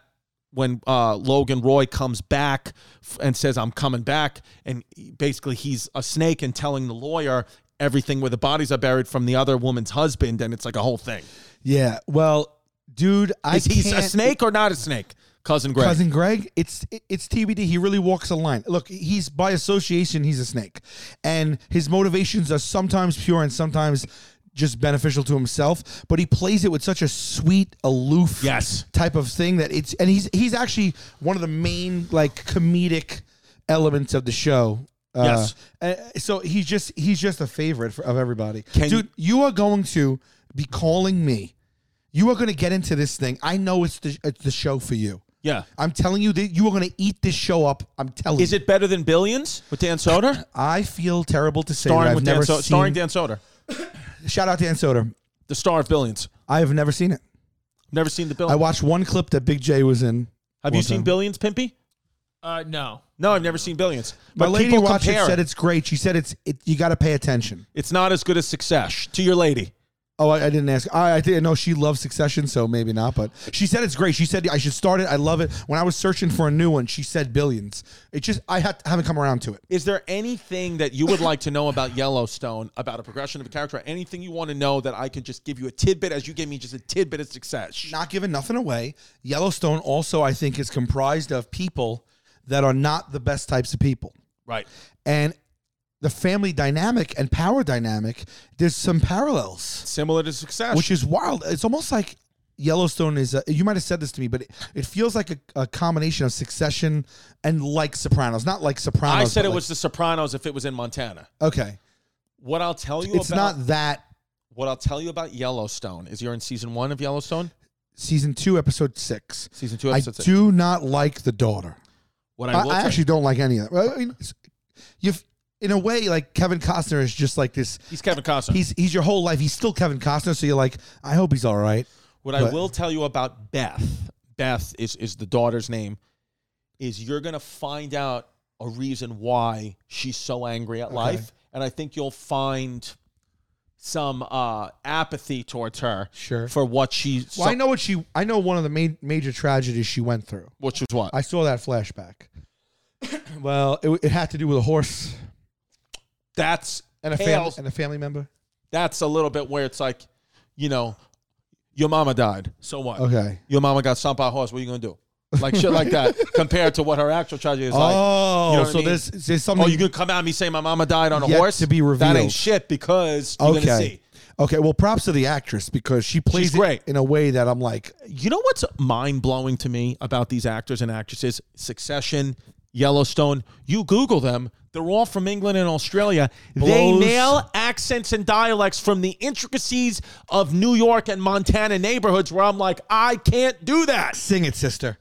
A: when uh, Logan Roy comes back f- and says, I'm coming back. And he- basically, he's a snake and telling the lawyer everything where the bodies are buried from the other woman's husband. And it's like a whole thing.
E: Yeah. Well, dude, I
A: Is he a
E: can't-
A: snake or not a snake? Cousin Greg.
E: Cousin Greg, it's it- it's TBD. He really walks a line. Look, he's by association, he's a snake, and his motivations are sometimes pure and sometimes just beneficial to himself. But he plays it with such a sweet, aloof,
A: Yes.
E: type of thing that it's. And he's he's actually one of the main like comedic elements of the show.
A: Yes.
E: Uh, so he's just he's just a favorite for, of everybody.
A: Can-
E: Dude, you are going to be calling me. You are going to get into this thing. I know it's the it's the show for you.
A: Yeah.
E: I'm telling you that you are going to eat this show up. I'm telling
A: Is
E: you.
A: it better than Billions with Dan Soder?
E: I feel terrible to say that
A: Starring,
E: I've
A: with Dan
E: never
A: so-
E: seen.
A: starring Dan Soder,
E: shout out to Dan Soder.
A: the star of Billions.
E: I have never seen it.
A: Never seen the bill.
E: I watched one clip that Big J was in.
A: Have you
E: one
A: seen
E: time.
A: Billions, Pimpy?
F: Uh, no.
A: No, I've never seen Billions.
E: My
A: But
E: lady
A: people
E: watched
A: compare
E: it.
A: it.
E: Said it's great. She said it's it, you got to pay attention.
A: It's not as good as Success. To your lady.
E: Oh, I, I didn't ask. I, I didn't know she loves Succession, so maybe not. But she said it's great. She said I should start it. I love it. When I was searching for a new one, she said billions. It just I had, haven't come around to it.
A: Is there anything that you would like to know about Yellowstone, about a progression of a character, anything you want to know that I could just give you a tidbit as you gave me just a tidbit of success?
E: not giving nothing away. Yellowstone also, I think, is comprised of people that are not the best types of people.
A: Right.
E: And the family dynamic and power dynamic, there's some parallels,
A: Similar to success.
E: which is wild. It's almost like Yellowstone is, a, you might have said this to me, but it, it feels like a, a combination of succession and like Sopranos. Not like Sopranos.
A: I said
E: but
A: it
E: like-
A: was The Sopranos if it was in Montana.
E: Okay.
A: What I'll tell you
E: It's
A: about
E: not that.
A: what I'll tell you about Yellowstone is you're in season one of Yellowstone.
E: Season two, episode six.
A: Season two, episode
E: I
A: six.
E: do not like the daughter.
A: What
E: I,
A: will
E: I
A: tell
E: actually
A: you-
E: don't like any of that. Well, I mean, it's- you've in a way like Kevin Costner is just like this.
A: he's Kevin Costner.
E: He's he's your whole life. He's still Kevin Costner, so you're like, I hope he's all right.
A: What I
E: But-
A: will tell you about Beth, Beth is is the daughter's name, is you're gonna find out a reason why she's so angry at life, and I think you'll find some uh, apathy towards her
E: Sure.
A: for what she
E: Well, I know what she. I know one of the ma- major tragedies she went through.
A: which is what
E: I saw that flashback. well, it, it had to do with a horse
A: that's
E: and a family
A: pales-
E: and a family member.
A: that's a little bit where it's like you know your mama died so what
E: Okay.
A: your mama got stomped by a horse what are you gonna do like shit like that compared to what her actual tragedy is like
E: oh,
A: you know what I
E: so
A: mean?
E: there's there's something.
A: Oh, you can come at me saying my mama died on a
E: Yet
A: horse
E: to be
A: That ain't
E: revealed.
A: shit because you're gonna
E: okay.
A: see.
E: Okay. Well, props to the actress because she plays
A: She's
E: it
A: great.
E: in a way that I'm like,
A: You know what's mind blowing to me about these actors and actresses? Succession, Yellowstone. You Google them; they're all from England and Australia.
E: Blows.
A: They nail accents and dialects from the intricacies of New York and Montana neighborhoods. Where I'm like, I can't do that.
E: sing it, sister.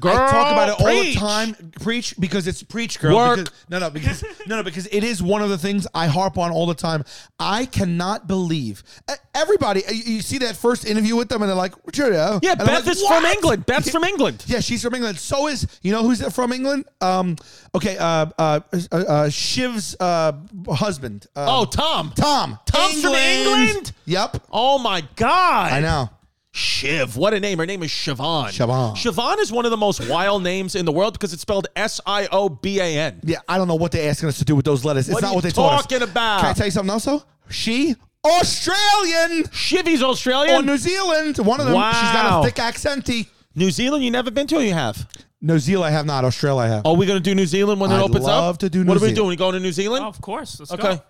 A: Girl,
E: I talk about it all the
A: Oh, preach.
E: time. Preach because it's preach, girl.
A: Work.
E: because- no, no, because no, no, because it is one of the things I harp on all the time. I cannot believe e- everybody. You you see that first interview with them, and they're like, "Cheerio."
A: Yeah,
E: And I'm
A: Beth
E: like,
A: is from
E: "What?"
A: England. Beth's from England.
E: Yeah, she's from England. So is you know who's from England? Um, okay, uh, uh, uh, uh, Shiv's uh, husband. Um,
A: Oh, Tom.
E: Tom.
A: Tom's from England?
E: Yep.
A: Oh my God.
E: I know.
A: Shiv. What a name. Her name is Siobhan.
E: Siobhan.
A: Siobhan is one of the most wild names in the world because it's spelled S I O B A N.
E: Yeah, I don't know what they're asking us to do with those letters.
A: What
E: it's
A: are
E: not
A: you
E: what they
A: talking
E: taught us.
A: about?
E: Can I tell you something else? Though she Australian
A: Shivy's
E: or
A: Australian.
E: New Zealand. One of them. She's
A: Wow.
E: got a thick accenty.
A: New Zealand, you never been to or you have?
E: New Zealand, I have not. Australia, I have.
A: Are we going to do New Zealand when it
E: I'd
A: opens up?
E: love to do New
A: What are we
E: Zealand.
A: doing? going to New
F: Oh,
A: Zealand?
F: of course. Let's
A: okay.
F: go.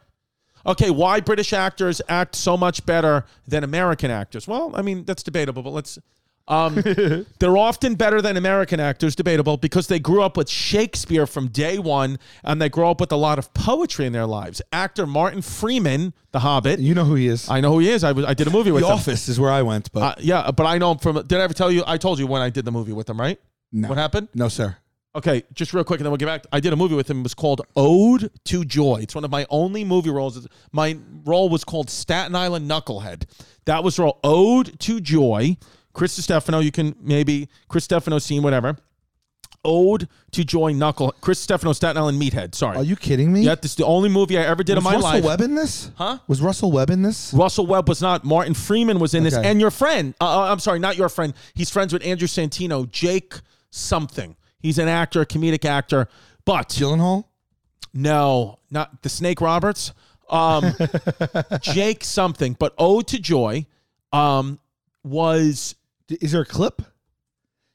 A: Okay, why British actors act so much better than American actors? Well, I mean, that's debatable, but let's. Um, they're often better than American actors, debatable, because they grew up with Shakespeare from day one and they grow up with a lot of poetry in their lives. Actor Martin Freeman, The Hobbit.
E: You know who he is.
A: I know who he is. I, was, I did a movie with
E: the
A: him.
E: Office is where I went, but
A: Uh, yeah, but I know him from. Did I ever tell you? I told you when I did the movie with him, right?
E: No.
A: What happened?
E: no, sir.
A: Okay, just real quick, and then we'll get back. I did a movie with him. It was called Ode to Joy. It's one of my only movie roles. My role was called Staten Island Knucklehead. That was role Ode to Joy. Chris Stefano, you can maybe Chris Stefano scene, whatever. Ode to Joy Knuckle. Chris Stefano, Staten Island Meathead. Sorry.
E: Are you kidding me?
A: Yeah, this is the only movie I ever did
E: Was
A: in my
E: Russell
A: life.
E: Webb in this?
A: Huh?
E: Was Russell Webb in this?
A: Russell Webb was not. Martin Freeman was in this,
E: Okay.
A: and your friend. Uh, uh, I'm sorry, not your friend. He's friends with Andrew Santino, Jake something. He's an actor, a comedic actor, but
E: Gyllenhaal.
A: no, not the Snake Roberts. Um, Jake something, but Ode to Joy um, was.
E: D- Is there a clip?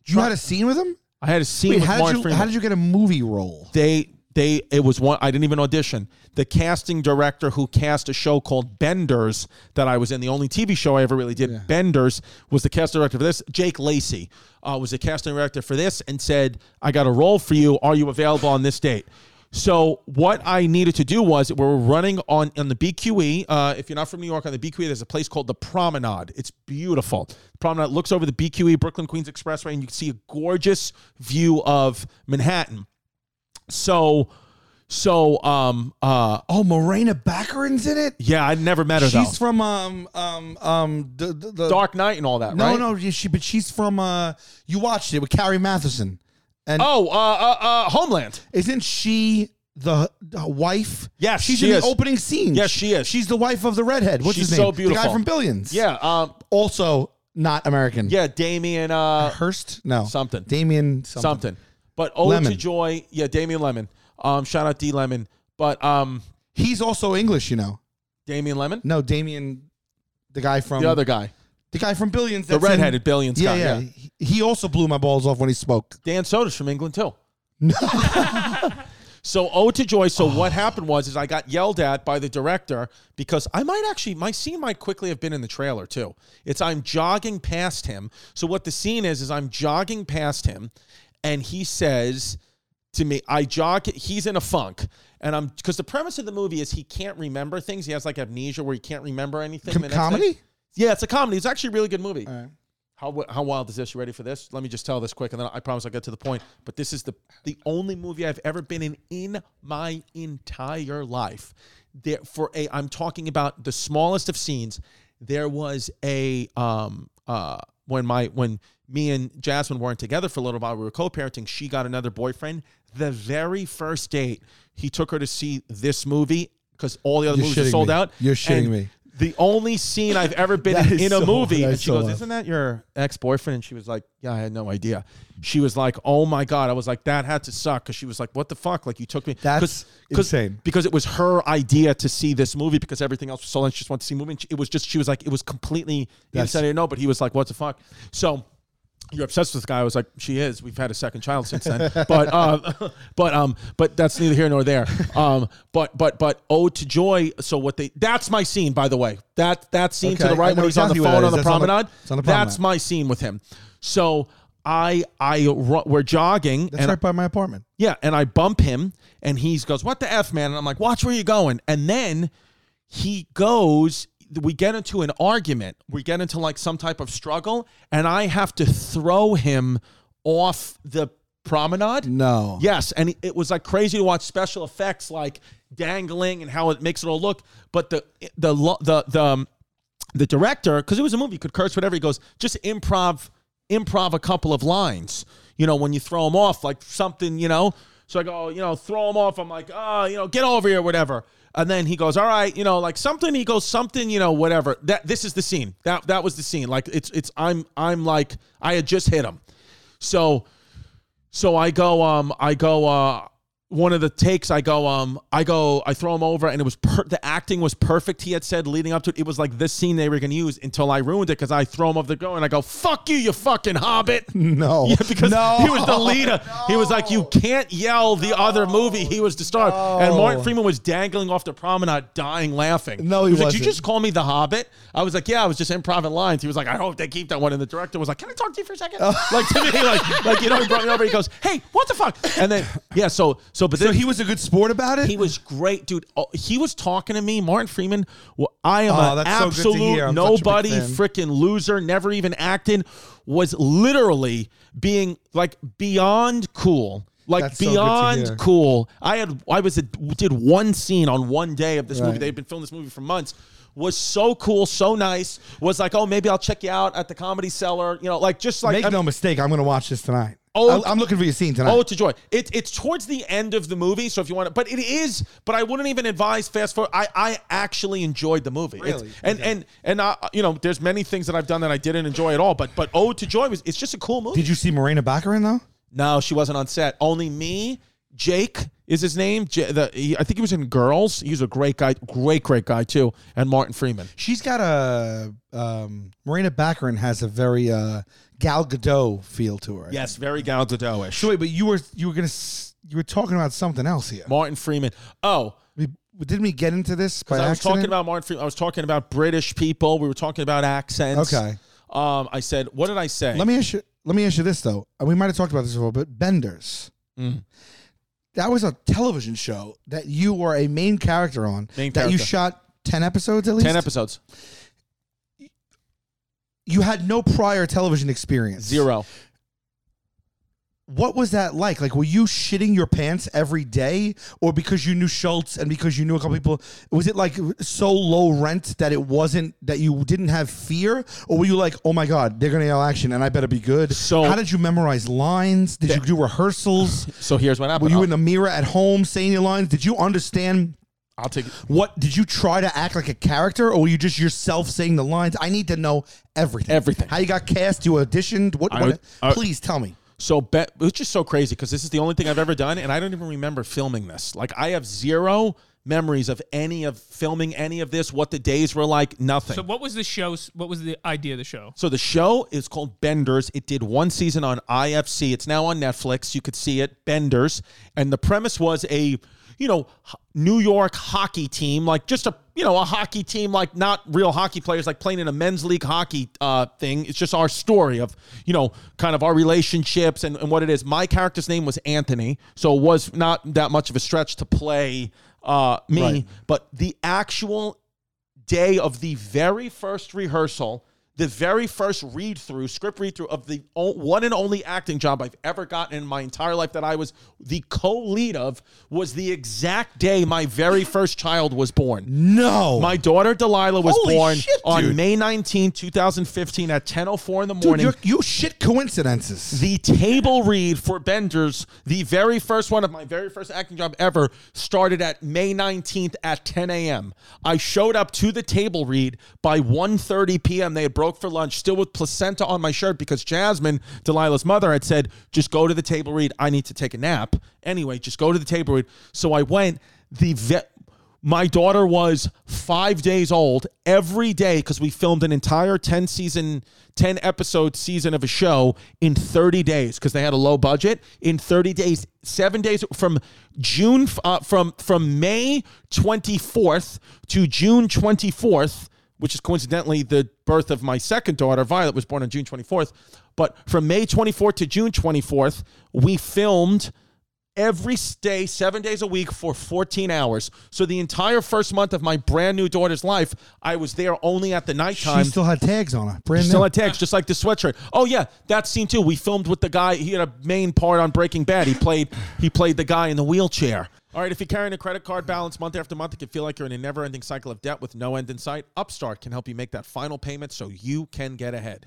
E: You had a scene with him.
A: I had a scene
E: Wait,
A: with
E: how
A: Martin
E: did you?
A: Freeman.
E: How did you get a movie role?
A: they they it was one I didn't even audition. The casting director who cast a show called Benders that I was in, the only TV show I ever really did, Benders, was the casting director for this. Jake Lacey uh, was the casting director for this and said, I got a role for you. Are you available on this date? So what I needed to do was we are running on on the BQE. Uh, if you're not from New York, on the BQE, there's a place called the Promenade. It's beautiful. The Promenade looks over the BQE, Brooklyn Queens Expressway, and you can see a gorgeous view of Manhattan. So, so, um, uh,
E: Oh, Morena Baccarin's in it.
A: yeah, I never met her
E: She's
A: though.
E: from um um um the, the, the
A: Dark Knight and all that,
E: No,
A: right?
E: no, yeah, she but she's from uh you watched it with Carrie Matheson. And
A: Oh, uh, uh, uh, Homeland.
E: isn't she the, the wife?
A: Yes,
E: she's
A: she
E: in
A: is.
E: the opening scene.
A: Yes, she is.
E: She's the wife of the redhead. What's
A: She's
E: his name?
A: so beautiful.
E: The guy from Billions.
A: Yeah, um,
E: Also not American.
A: yeah, Damien, uh,
E: Hurst? No.
A: Something.
E: Damien something.
A: something. But Ode to
E: Lemon.
A: Joy, yeah, Damien Lemon. Um, shout out D Lemon, but um,
E: He's also English, you know.
A: Damien Lemon,
E: No, Damien the guy from
A: the other guy,
E: the guy from Billions
A: the
E: that's in-
A: redheaded Billions
E: Yeah,
A: guy.
E: yeah. He- He also blew my balls off when he spoke.
A: Dan Soder's from England too. so ode to joy. So what happened was is I got yelled at by the director because I might actually my scene might quickly have been in the trailer too. It's I'm jogging past him. So what the scene is is I'm jogging past him, and he says to me, I jog. He's in a funk, and I'm because the premise of the movie is he can't remember things. He has like amnesia where he can't remember anything. the next day.
E: Comedy?
A: Yeah, it's a comedy. It's actually a really good movie. How, wi- how wild is this? You ready for this? Let me just tell this quick, and then I promise I'll get to the point. But this is the the only movie I've ever been in in my entire life. There for a I'm talking about the smallest of scenes. There was a um uh when my when me and Jasmine weren't together for a little while, we were co-parenting. She got another boyfriend. The very first date, he took her to see this movie because all the other
E: You're
A: movies are
E: shitting
A: sold
E: me.
A: out.
E: You're shitting
A: And
E: me.
A: the only scene I've ever been
E: That
A: in,
E: is
A: in a
E: so-
A: movie.
E: that
A: And
E: is
A: she
E: so
A: goes,
E: wild.
A: Isn't that your ex boyfriend? And she was like, Yeah, I had no idea. She was like, Oh my God. I was like, That had to suck. Cause she was like, What the fuck? Like, you took me.
E: That's insane.
A: Because it was her idea to see this movie because everything else was so and she just wanted to see a movie. And she- it was just, she was like, It was completely insane. I didn't know, but he was like, What the fuck? So. You're obsessed with this guy. I was like, she is. We've had a second child since then, but um, but um, but that's neither here nor there. Um, but but but ode to joy. So what they? That's my scene, by the way. That that scene to the
E: Okay, I
A: right
E: know
A: when he's on the
E: exactly what
A: phone
E: that
A: on
E: is.
A: the
E: That's on the-
A: promenade.
E: it's on the
A: That's
E: promenade.
A: my scene with him. So I I ru- we're jogging
E: That's
A: and
E: right by my apartment.
A: yeah, and I bump him, and he goes, "What the f, man?" And I'm like, "Watch where you're going." And then he goes. We get into an argument. We get into like some type of struggle, and I have to throw him off the promenade.
E: No.
A: Yes, and it was like crazy to watch special effects like dangling and how it makes it all look. But the the lo- the the um, the director, because it was a movie, you could curse whatever. He goes, just improv, improv a couple of lines. You know, when you throw him off, like something, you know. So I go, you know, throw him off. I'm like, oh, you know, get over here, whatever. And then he goes, all right, you know, like something. He goes, something, you know, whatever. That this is the scene. That that was the scene. Like it's it's I'm I'm like I had just hit him. So so I go, um, I go, uh, one of the takes, I go, um, I go, I throw him over, and it was per- the acting was perfect. He had said leading up to it, it was like this scene they were gonna use until I ruined it because I throw him off the go and I go, "Fuck you, you fucking hobbit!"
E: No.
A: Yeah, because
E: no.
A: he was the leader. He was like, "You can't yell the other movie." He was the star, and Martin Freeman was dangling off the promenade, dying laughing.
E: No, he
A: was like, "Did you
E: wasn't.
A: just call me the Hobbit?" I was like, "Yeah, I was just improvising lines." He was like, "I hope they keep that one." And the director was like, "Can I talk to you for a second?
E: Oh.
A: Like to me, like, like you know, he brought me over. He goes, "Hey, what the fuck?" And then yeah, so so, but then
E: So he was a good sport about it?
A: he was great, dude. Oh, he was talking to me, Martin Freeman. Well, I am
E: Oh,
A: an
E: that's so good to
A: absolute
E: hear. I'm such a big
A: nobody,
E: fan.
A: freaking loser, never even acting. Was literally being like beyond cool, like
E: That's so good to
A: beyond
E: hear.
A: cool. I had I was did one scene on one day of this movie. They've been filming this movie for months. Was so cool, so nice. Was like, oh, maybe I'll check you out at the Comedy Cellar. You know, like just like
E: Make
A: I mean,
E: no mistake, I'm going to watch this tonight.
A: Oh.
E: Oh, I'm looking for your scene tonight.
A: Oh, to joy. It, it's towards the end of the movie, so if you want to, but it is. But I wouldn't even advise fast forward. I, I actually enjoyed the movie. It's-
E: Really?
A: and and and uh, you know, there's many things that I've done that I didn't enjoy at all. But but Ode to Joy was it's just a cool movie.
E: Did you see Morena Baccarin, though?
A: no, she wasn't on set. Only me. Jake is his name. J- the, he, I think he was in Girls. He was a great guy, great great guy too. And Martin Freeman.
E: She's got a um, Marina Baccarin has a very uh, Gal Gadot feel to her.
A: Yes, very Gal Gadot-ish.
E: So wait, but you were you were gonna s- you were talking about something else here.
A: Martin Freeman. Oh,
E: We, didn't we get into this by
A: Because I was
E: accident?
A: talking about Martin Freeman. I was talking about British people. We were talking about accents.
E: Okay.
A: Um, I said, what did I say?
E: let me ask you. Let me ask you this though. Uh, We might have talked about this before, but Benders. That was a television show that you were a main character on.
A: Main
E: That you
A: character.
E: shot ten episodes at least.
A: Ten episodes.
E: You had no prior television experience.
A: Zero.
E: What was that like? Like, were you shitting your pants every day, or because you knew Schultz and because you knew a couple people? Was it like so low rent that it wasn't that you didn't have fear, or were you like, oh my god, they're gonna yell action and I better be good?
A: So-
E: how did you memorize lines? Did you do rehearsals?
A: So here's what
E: Were
A: happened.
E: you
A: I'll,
E: in the mirror at home saying your lines? Did you understand
A: I'll take it.
E: what? Did you try to act like a character, or were you just yourself saying the lines? I need to know everything.
A: Everything.
E: How you got cast? You auditioned? What?
A: I uh,
E: what
A: would- I-
E: please tell me.
A: So bet it's just so crazy because this is the only thing I've ever done, and I don't even remember filming this. Like I have zero memories of any of filming any of this. What the days were like, nothing.
F: So what was the show? What was the idea of the show?
A: So the show is called Benders. It did one season on IFC. It's now on Netflix. You could see it, Benders. And the premise was a, you know, h- New York hockey team, like just a, you know, a hockey team, like not real hockey players, like playing in a men's league hockey uh, thing. It's just our story of, you know, kind of our relationships and, and what it is. My character's name was Anthony, so it was not that much of a stretch to play uh, me, but the actual day of the very first rehearsal, the very first read through, script read through of the o- one and only acting job I've ever gotten in my entire life that I was the co lead of, was the exact day my very first child was born.
E: No.
A: My daughter Delilah was
E: Holy
A: born
E: shit,
A: on
E: dude.
A: May 19, 2015 at 10.04 in the
E: Dude,
A: morning.
E: you're, you shit coincidences.
A: the table read for Benders, the very first one of my very first acting job ever, started at May 19th at 10 a.m. I showed up to the table read by 1.30 p.m. They had broke for lunch, still with placenta on my shirt because Jasmine, Delilah's mother, had said, just go to the table read. I need to take a nap. Anyway, just go to the table read. So I went. The vet, my daughter was five days old every day because we filmed an entire 10 season 10 episode season of a show in 30 days because they had a low budget in 30 days seven days from june uh, from from may 24th to june 24th which is coincidentally the birth of my second daughter, Violet, was born on June 24th. But from May 24th to June 24th, we filmed every day, seven days a week for 14 hours. So the entire first month of my brand new daughter's life, I was there only at the
E: She
A: nighttime.
E: still had tags on her. Brand
A: She
E: new.
A: still had tags, just like the sweatshirt. Oh yeah, that scene too. We filmed with the guy. He had a main part on Breaking Bad. He played he played the guy in the wheelchair. All right, if you're carrying a credit card balance month after month, it can feel like you're in a never-ending cycle of debt with no end in sight. Upstart can help you make that final payment so you can get ahead.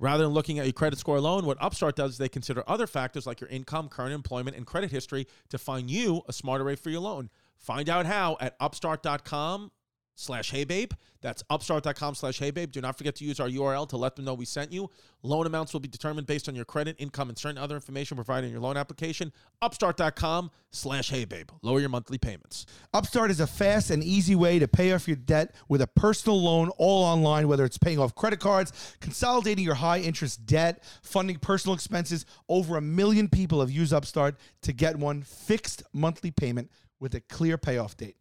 A: Rather than looking at your credit score alone, what Upstart does is they consider other factors like your income, current employment, and credit history to find you a smarter rate for your loan. Find out how at upstart.com slash heybabe. That's upstart.com slash heybabe. Do not forget to use our URL to let them know we sent you. Loan amounts will be determined based on your credit, income, and certain other information provided in your loan application. Upstart.com slash heybabe. Lower your monthly payments.
E: Upstart is a fast and easy way to pay off your debt with a personal loan all online, whether it's paying off credit cards, consolidating your high interest debt, funding personal expenses. Over a million people have used Upstart to get one fixed monthly payment with a clear payoff date.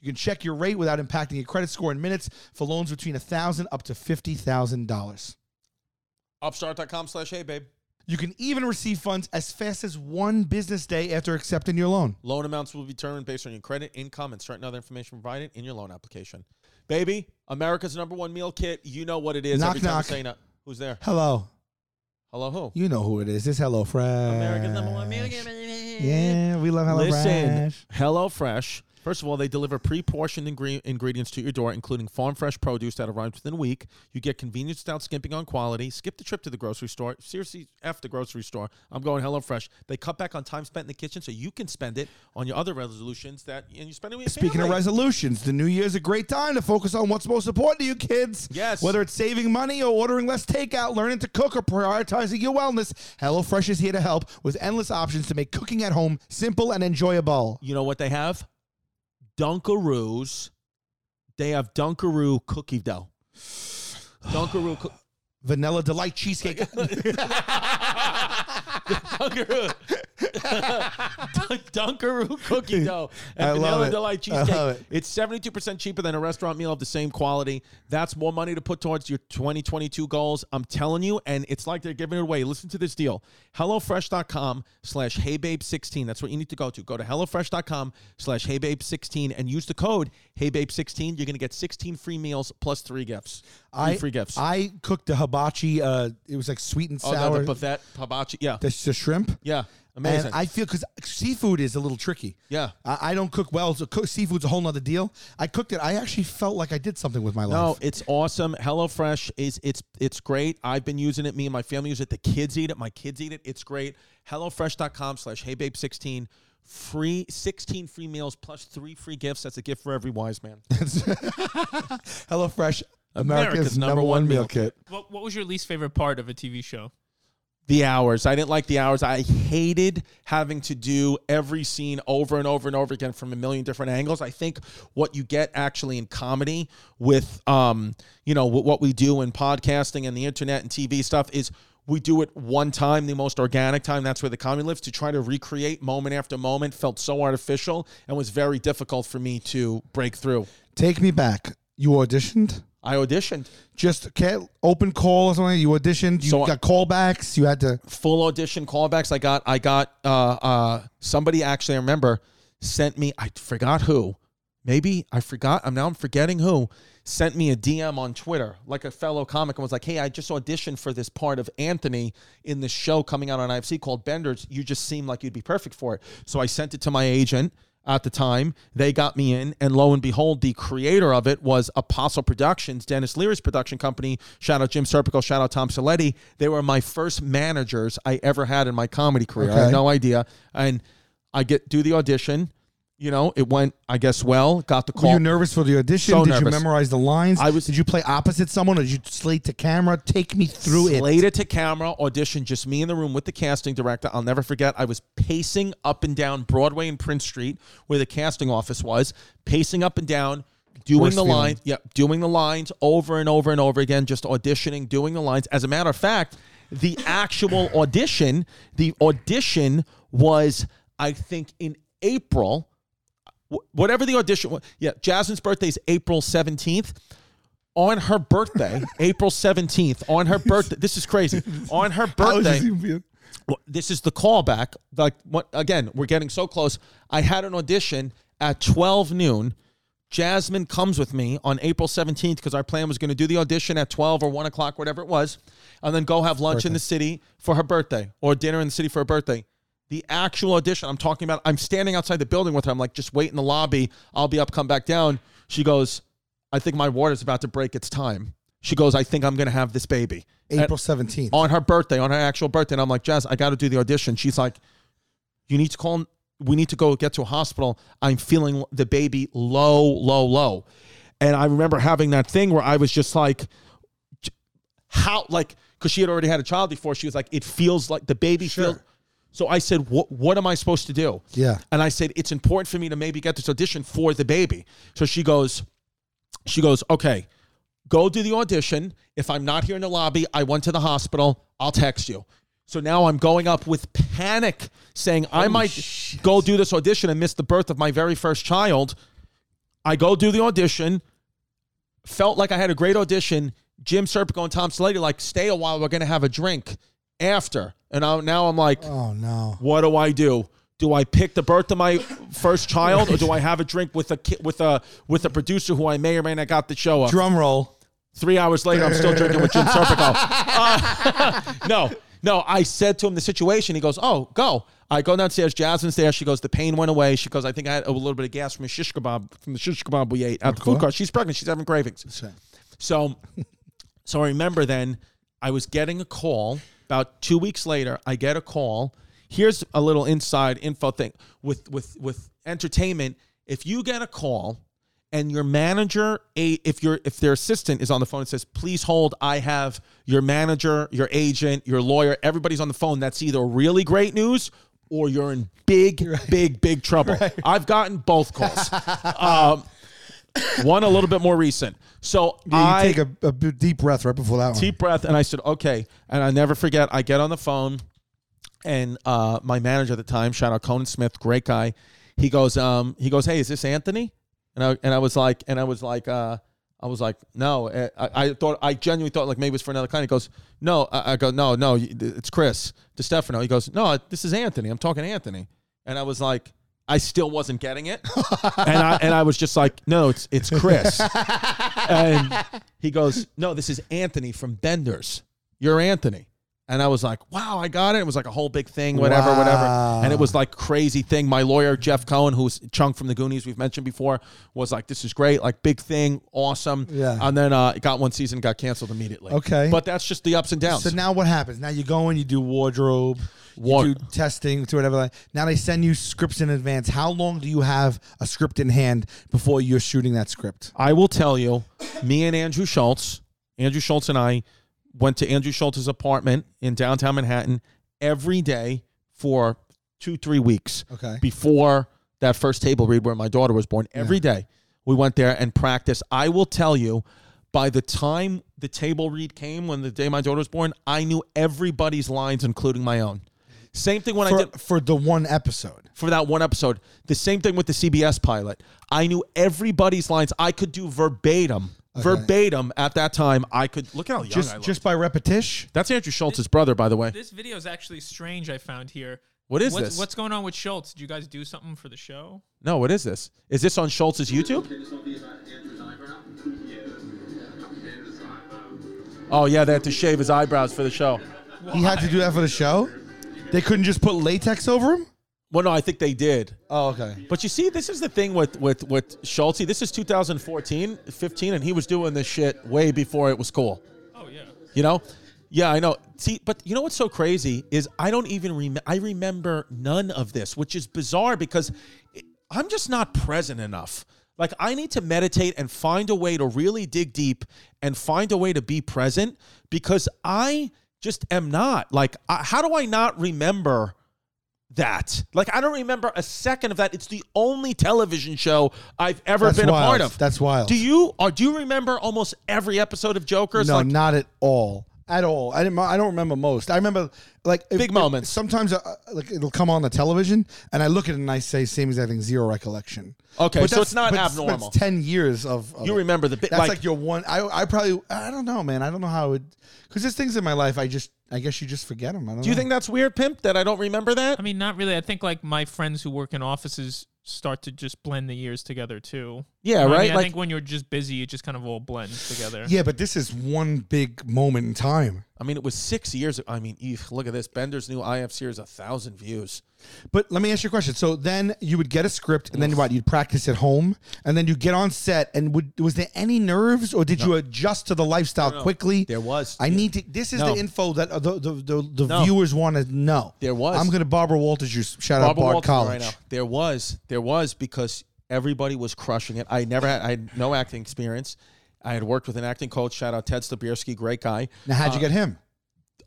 E: You can check your rate without impacting your credit score in minutes for loans between $1,000 up to $50,000.
A: Upstart.com slash heybabe.
E: You can even receive funds as fast as one business day after accepting your loan.
A: Loan amounts will be determined based on your credit, income, and certain other information provided in your loan application. Baby, America's number one meal kit. You know what it is.
E: Knock,
A: Every time
E: knock.
A: Saying it. Who's there?
E: Hello.
A: Hello, who?
E: You know who it is. It's Hello Fresh.
A: America's number one meal kit.
E: Yeah, we love Hello
A: Listen,
E: Fresh.
A: Hello Fresh. First of all, they deliver pre-portioned ingre- ingredients to your door, including farm fresh produce that arrives within a week. You get convenience without skimping on quality. Skip the trip to the grocery store. Seriously, F the grocery store. I'm going Hello Fresh. They cut back on time spent in the kitchen, so you can spend it on your other resolutions that and you spend it with your
E: Speaking of
A: family.
E: resolutions, the new year's a great time to focus on what's most important to you kids.
A: Yes.
E: Whether it's saving money or ordering less takeout, learning to cook, or prioritizing your wellness, HelloFresh is here to help with endless options to make cooking at home simple and enjoyable.
A: you know what they have? Dunkaroos. They have Dunkaroo cookie dough. Dunkaroo. Coo-
E: Vanilla Delight Cheesecake.
A: Dunkaroo. Dunkaroo cookie dough and
E: I love
A: vanilla
E: it.
A: delight
E: I
A: cheesecake.
E: love it.
A: It's 72% cheaper than a restaurant meal of the same quality. That's more money to put towards your 2022 goals. I'm telling you, and it's like they're giving it away. Listen to this deal. HelloFresh.com slash HeyBabe16. That's what you need to go to. Go to HelloFresh.com slash HeyBabe16 and use the code HeyBabe16. You're going to get 16 free meals plus three gifts. Three
E: I,
A: free gifts.
E: I cooked the hibachi. Uh, it was like sweet and
A: oh,
E: sour.
A: the buffet, hibachi. Yeah.
E: the, the shrimp.
A: yeah. Amazing.
E: And I feel because seafood is a little tricky.
A: Yeah.
E: I, I don't cook well. So cook, seafood's a whole nother deal. I cooked it. I actually felt like I did something with my
A: No,
E: life.
A: it's awesome. HelloFresh is it's it's great. I've been using it. Me and my family use it. The kids eat it. My kids eat it. It's great. HelloFresh.com slash HeyBabe16. Free 16 free meals plus three free gifts. That's a gift for every wise man.
E: HelloFresh, America's, number, one, meal kit.
F: What, what was your least favorite part of a TV show?
A: the hours. I didn't like the hours. I hated having to do every scene over and over and over again from a million different angles. I think what you get actually in comedy with um, you know, wh- what we do in podcasting and the internet and TV stuff is we do it one time, the most organic time. That's where the comedy lives. To try to recreate moment after moment felt so artificial and was very difficult for me to break through.
E: Take me back. You auditioned.
A: I auditioned.
E: Just okay, open call or something. You auditioned. You
A: So-
E: got callbacks. You had to.
A: full audition callbacks. I got I got uh uh somebody actually I remember sent me I forgot who. Maybe I forgot. I'm now I'm forgetting who sent me a DM on Twitter, like a fellow comic, and was like, "Hey, I just auditioned for this part of Anthony in this show coming out on IFC called Benders. You just seem like you'd be perfect for it." So I sent it to my agent at the time. They got me in, and lo and behold, the creator of it was Apostle Productions, Dennis Leary's production company. Shout out Jim Serpico, shout out Tom Saletti. They were my first managers I ever had in my comedy career. I had
E: Okay.
A: no idea. And I get do the audition. You know, it went, I guess, well. Got the
E: Were
A: call.
E: you nervous for the audition?
A: So
E: Did you
A: nervous.
E: memorize the lines?
A: I was-
E: Did you play opposite someone, or did you slate to camera? Take me through it.
A: Slate it to camera, audition, just me in the room with the casting director. I'll never forget. I was pacing up and down Broadway and Prince Street, where the casting office was, pacing up and down, doing
E: Worst
A: the
E: feeling.
A: lines. Yep, doing the lines over and over and over again, just auditioning, doing the lines. As a matter of fact, the actual audition, the audition was, I think, in April. Wh- Whatever the audition was, yeah, Jasmine's birthday is April 17th on her birthday, April 17th, on her birthday, this is crazy. On her
E: How is this
A: birthday,
E: even-
A: Well, this is the callback. Like what again? We're getting so close. I had an audition at twelve noon. Jasmine comes with me on April seventeenth because our plan was going to do the audition at twelve or one o'clock, whatever it was, and then go have lunch in the city for her birthday or dinner in the city for her birthday. The actual audition I'm talking about, I'm standing outside the building with her. I'm like, just wait in the lobby. I'll be up, come back down. She goes, I think my water's about to break. It's time. She goes, I think I'm going to have this baby. And-
E: April 17th.
A: on her birthday, on her actual birthday. And I'm like, Jazz, I got to do the audition. She's like, you need to call. We need to go get to a hospital. I'm feeling the baby low, low, low. And I remember having that thing where I was just like, j- how, like, because she had already had a child before. She was like, it feels like the baby feels. So I said, what, what am I supposed to do?
E: Yeah.
A: And I said, it's important for me to maybe get this audition for the baby. So she goes, she goes, okay, go do the audition. If I'm not here in the lobby, I went to the hospital. I'll text you. So now I'm going up with panic, saying I might go do this audition and miss the birth of my very first child. I go do the audition. Felt like I had a great audition. Jim Serpico and Tom Slater like stay a while. We're gonna have a drink after. And I, now I'm like,
E: Oh, no.
A: what do I do? Do I pick the birth of my first child, or do I have a drink with a ki- with a with a producer who I may or may not got the show up?
E: Drum roll.
A: Three hours later, I'm still drinking with Jim Serpico. Uh, no, no. I said to him the situation. He goes, "Oh, go." I go downstairs. Jasmine's there. She goes, "The pain went away." She goes, "I think I had a little bit of gas from a shish kebab from the shish kebab we ate at the food court." She's pregnant. She's having cravings. So, so I remember then I was getting a call. About two weeks later, I get a call. Here's a little inside info thing with with with entertainment. If you get a call and your manager a if your if their assistant is on the phone and says please hold i have your manager your agent your lawyer everybody's on the phone that's either really great news or you're in big big big trouble i've gotten both calls um, one a little bit more recent so
E: You
A: i
E: take a, a b- deep breath right before that one.
A: deep breath and I said, okay. And I never forget, I get on the phone and uh, my manager at the time, shout out Conan Smith, great guy. He goes, um, he goes, hey, is this Anthony? And I and I was like, and I was like, uh, I was like, no. eh, I, I thought I genuinely thought like maybe it's for another client. He goes, no. I, I go, no, no. you- It's Chris DeStefano. He goes, no. This is Anthony. I'm talking to Anthony. And I was like, I still wasn't getting it. and I and I was just like, no, it's it's Chris. and he goes, No, this is Anthony from Benders. You're Anthony. And I was like, wow, I got it. It was like a whole big thing, whatever, whatever. And it was like crazy thing. My lawyer, Jeff Cohen, who's Chunk from the Goonies, we've mentioned before, was like, this is great, like big thing, awesome.
E: Yeah.
A: And then uh, it got one season, got canceled immediately.
E: Okay.
A: But that's just the ups and downs.
E: So now what happens? Now you go in, you do wardrobe,
A: War-
E: you do testing, do whatever. like- Now they send you scripts in advance. How long do you have a script in hand before you're shooting that script?
A: I will tell you, me and Andrew Schultz, Andrew Schultz and I went to Andrew Schultz's apartment in downtown Manhattan every day for two, three weeks.
E: Okay.
A: Before that first table read where my daughter was born. every day we went there and practiced. I will tell you, by the time the table read came, when the day my daughter was born, I knew everybody's lines, including my own. Same thing when I
E: For,
A: did
E: for the one episode.
A: for that one episode. The same thing with the CBS pilot. I knew everybody's lines. I could do verbatim, verbatim at that time. I could look at how young I
E: Just
A: look.
E: just by repetition?
A: That's Andrew Schultz's brother, by the way.
F: This video is actually strange. I found here.
A: What is
F: what's,
A: this?
F: What's going on with Schultz? Did you guys do something for the show?
A: No, what is this? Is this on Schultz's YouTube? Oh yeah, they had to shave his eyebrows for the show.
E: He had to do that for the show? They couldn't just put latex over him?
A: Well, no, I think they did.
E: Oh, okay.
A: But you see, this is the thing with with with Schultz. This is 2014, 15, and he was doing this shit way before it was cool.
F: Oh yeah.
A: You know? Yeah, I know. See, but you know what's so crazy is I don't even remember. I remember none of this, which is bizarre because it- I'm just not present enough. Like I need to meditate and find a way to really dig deep and find a way to be present because I just am not. Like, I, how do I not remember? That like I don't remember a second of that. It's the only television show I've ever
E: That's
A: been
E: wild.
A: a part of.
E: That's wild.
A: Do you or do you remember almost every episode of Joker? It's
E: No,
A: like,
E: not at all. At all. I didn't. I don't remember most. I remember like if-
A: Big moments.
E: if- Sometimes uh, like it'll come on the television, and I look at it and I say, "Same as having zero recollection."
A: Okay, so
E: that's-
A: it's not
E: but it's- but it's
A: abnormal.
E: Ten years of, of
A: You
E: it.
A: remember the bit,
E: That's
A: like-
E: like, your one. I I probably I don't know, man. I don't know how it because there's things in my life I just I guess you just forget them. I don't
A: Do you think that's weird, Pimp, that I don't remember that?
F: I mean, not really. I think like my friends who work in offices start to just blend the years together too.
A: Yeah,
F: I mean,
A: right?
F: I
A: Like-
F: think when you're just busy, it just kind of all blends together.
E: Yeah, but this is one big moment in time.
A: I mean, it was six years. I mean, eef, look at this. Bender's new IF series, a thousand views.
E: But let me ask you a question. So then you would get a script, and then what? You'd practice at home, and then you get on set. And would was there any nerves, or did you adjust to the lifestyle quickly?
A: There was.
E: I need to. This is
A: No.
E: the info that uh, the the, the, the
A: No.
E: viewers want to know.
A: There was.
E: I'm going to Barbara Walters. You shout out Bard
A: Walters
E: College.
A: There was, there was because everybody was crushing it. I never had, I had no acting experience. I had worked with an acting coach. Shout out Ted Slabierski, great guy.
E: Now, how'd you get him?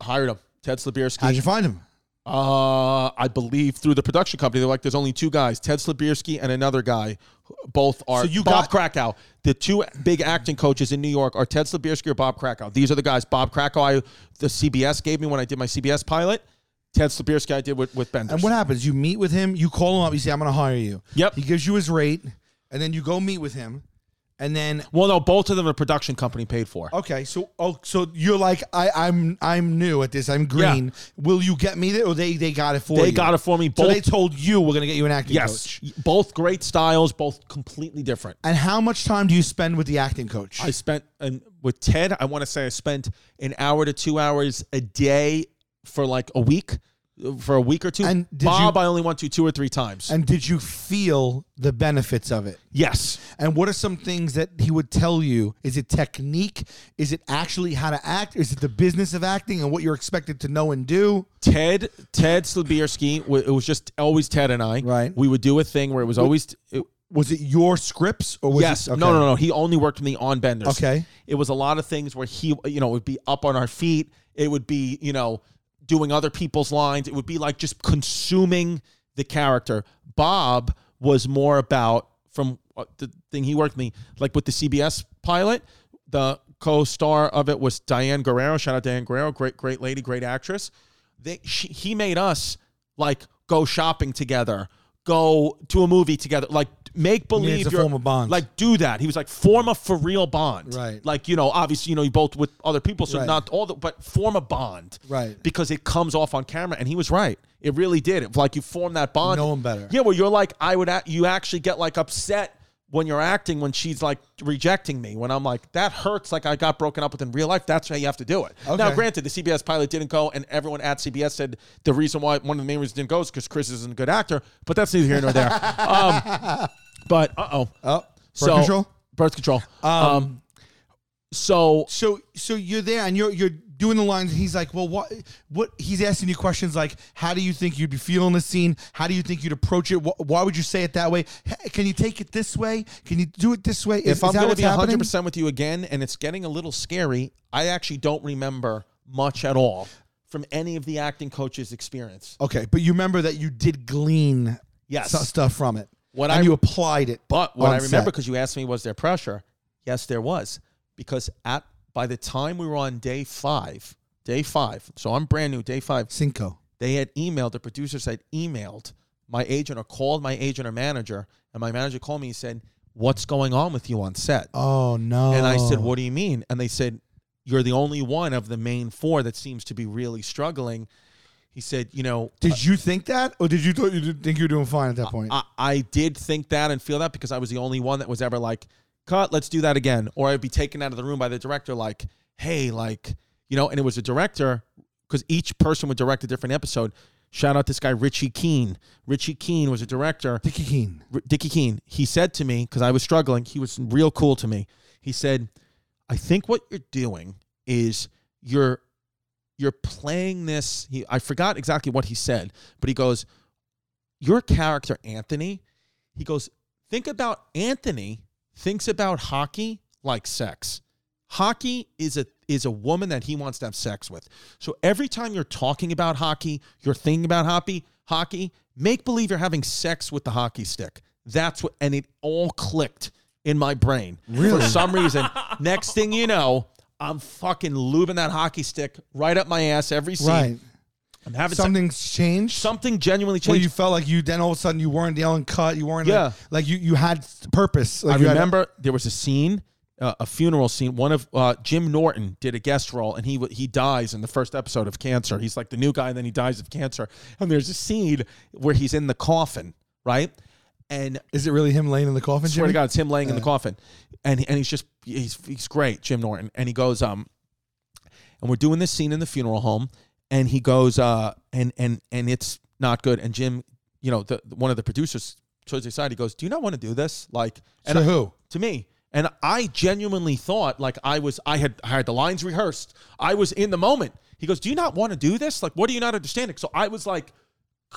A: Hired him. Ted Slabierski.
E: How'd you find him?
A: Uh, I believe through the production company, they're like, there's only two guys, Ted Slabierski and another guy. Both are
E: So you
A: Bob
E: got-
A: Krakow. The two big acting coaches in New York are Ted Slabierski or Bob Krakow. These are the guys. Bob Krakow, I, the CBS gave me when I did my CBS pilot. Ted Slabierski, I did with, with Benders.
E: And what happens? You meet with him. You call him up. You say, "I'm going to hire you."
A: Yep.
E: He gives you his rate, and then you go meet with him, and then
A: well, no, both of them the production company paid for.
E: Okay, so oh, so you're like I, I'm I'm new at this. I'm green. Will you get me there, or they they got it for
A: They
E: you?
A: got it for me.
E: So they
A: Both-
E: told you we're gonna get you an acting
A: yes.
E: coach.
A: Both great styles, both completely different.
E: And how much time do you spend with the acting coach?
A: I spent and with Ted. I want to say I spent an hour to two hours a day for like a week, for a week or two.
E: And did
A: Bob,
E: you-
A: I only went to two or three times.
E: and did you feel the benefits of it?
A: yes,
E: And what are some things that he would tell you? Is it technique? Is it actually how to act? Is it the business of acting and what you're expected to know and do?
A: Ted, Ted Slabierski. wa- It was just always Ted and I.
E: Right.
A: We would do a thing where it was always. it-
E: Was it your scripts or was
A: yes.
E: It, okay.
A: No, no, no. He only worked with me on benders.
E: Okay.
A: It was a lot of things where he, you know, would be up on our feet. It would be, you know, doing other people's lines. It would be like just consuming the character. Bob was more about from uh, the thing he worked with me, like with the CBS pilot. The co-star of it was Diane Guerrero. Shout out Diane Guerrero, great, great lady, great actress. They, she, he made us like go shopping together, go to a movie together, like make believe
E: it's a
A: you're-
E: form of bond.
A: Like do that. He was like form a for real bond.
E: Right.
A: Like you know, obviously you know you both with other people, so
E: Right.
A: not all the but form a bond.
E: Right.
A: Because it comes off on camera, and he was right. It really did. It, like you form that bond.
E: Know him better.
A: Yeah. Well, you're like I would. Act, you actually get like upset. When you're acting, when she's like rejecting me, when I'm like, that hurts, like I got broken up with in real life, that's how you have to do it. Now,
E: Okay.
A: granted, the CBS pilot didn't go, and everyone at CBS said the reason why, one of the main reasons it didn't go is because Chris isn't a good actor, but that's neither here nor there. um, but, uh oh.
E: Oh,
A: So-
E: birth control?
A: Birth control. Um, so
E: so so you're there and you're you're doing the lines and he's like well what what he's asking you questions like how do you think you'd be feeling the scene how do you think you'd approach it Wh- why would you say it that way H- can you take it this way can you do it this way
A: if I'm going to
E: what's
A: be 100
E: happening?
A: percent with you again, and it's getting a little scary, I actually don't remember much at all from any of the acting coaches' experience.
E: okay but you remember that you did glean
A: Yes.
E: so- stuff from it
A: What
E: and
A: I-
E: you applied it
A: But what
E: on
A: I remember,
E: set.
A: because you asked me, was there pressure? Yes, there was, because at by the time we were on day five, day five, so I'm brand new, day five,
E: cinco
A: they had emailed the producers had emailed my agent or called my agent or manager, and my manager called me and said, "What's going on with you on set?"
E: oh no
A: And I said, What do you mean? And they said, You're the only one of the main four that seems to be really struggling. He said, You know,
E: did you think that or did you thought you did think you were doing fine at that point
A: I, I did think that and feel that because I was the only one that was ever like, Cut, let's do that again. Or I'd be taken out of the room by the director, like, Hey, like, you know, and it was a director because each person would direct a different episode. Shout out this guy, Richie Keene. Richie Keene was a director.
E: Dickie Keene.
A: R- Dickie Keene, he said to me, because I was struggling, he was real cool to me. He said, I think what you're doing is you're you're playing this. He, I forgot exactly what he said, but he goes, Your character, Anthony, he goes, think about Anthony thinks about hockey like sex. Hockey is a is a woman that he wants to have sex with. So every time you're talking about hockey, you're thinking about hockey, hockey, make believe you're having sex with the hockey stick. That's what and it all clicked in my brain. For some reason. Next thing you know, I'm fucking lubing that hockey stick right up my ass every scene.
E: right
A: I'm having sex-
E: something's changed
A: something genuinely
E: Well,
A: changed.
E: you felt like you then all of a sudden you weren't yelling cut, you weren't
A: Yeah.
E: like, like you you had purpose. Like
A: I
E: you had-
A: remember there was a scene. uh, a funeral scene. One of uh, Jim Norton did a guest role, and he w- he dies in the first episode of cancer. He's like the new guy, and then he dies of cancer. And there's a scene where he's in the coffin, right? And
E: Is it really him laying in the coffin?
A: swear to
E: Jimmy?
A: God, it's him laying
E: Uh.
A: in the coffin, and he- and he's just he's he's great, Jim Norton, and he goes um, and we're doing this scene in the funeral home, and he goes uh, and and and it's not good, and Jim, you know, the one of the producers towards his side, he goes, "Do you not want to do this?" Like, and
E: To
A: I-
E: who?
A: to me. And I genuinely thought like I was I had I had the lines rehearsed. I was in the moment. He goes, "Do you not want to do this? Like what are you not understanding?" So I was like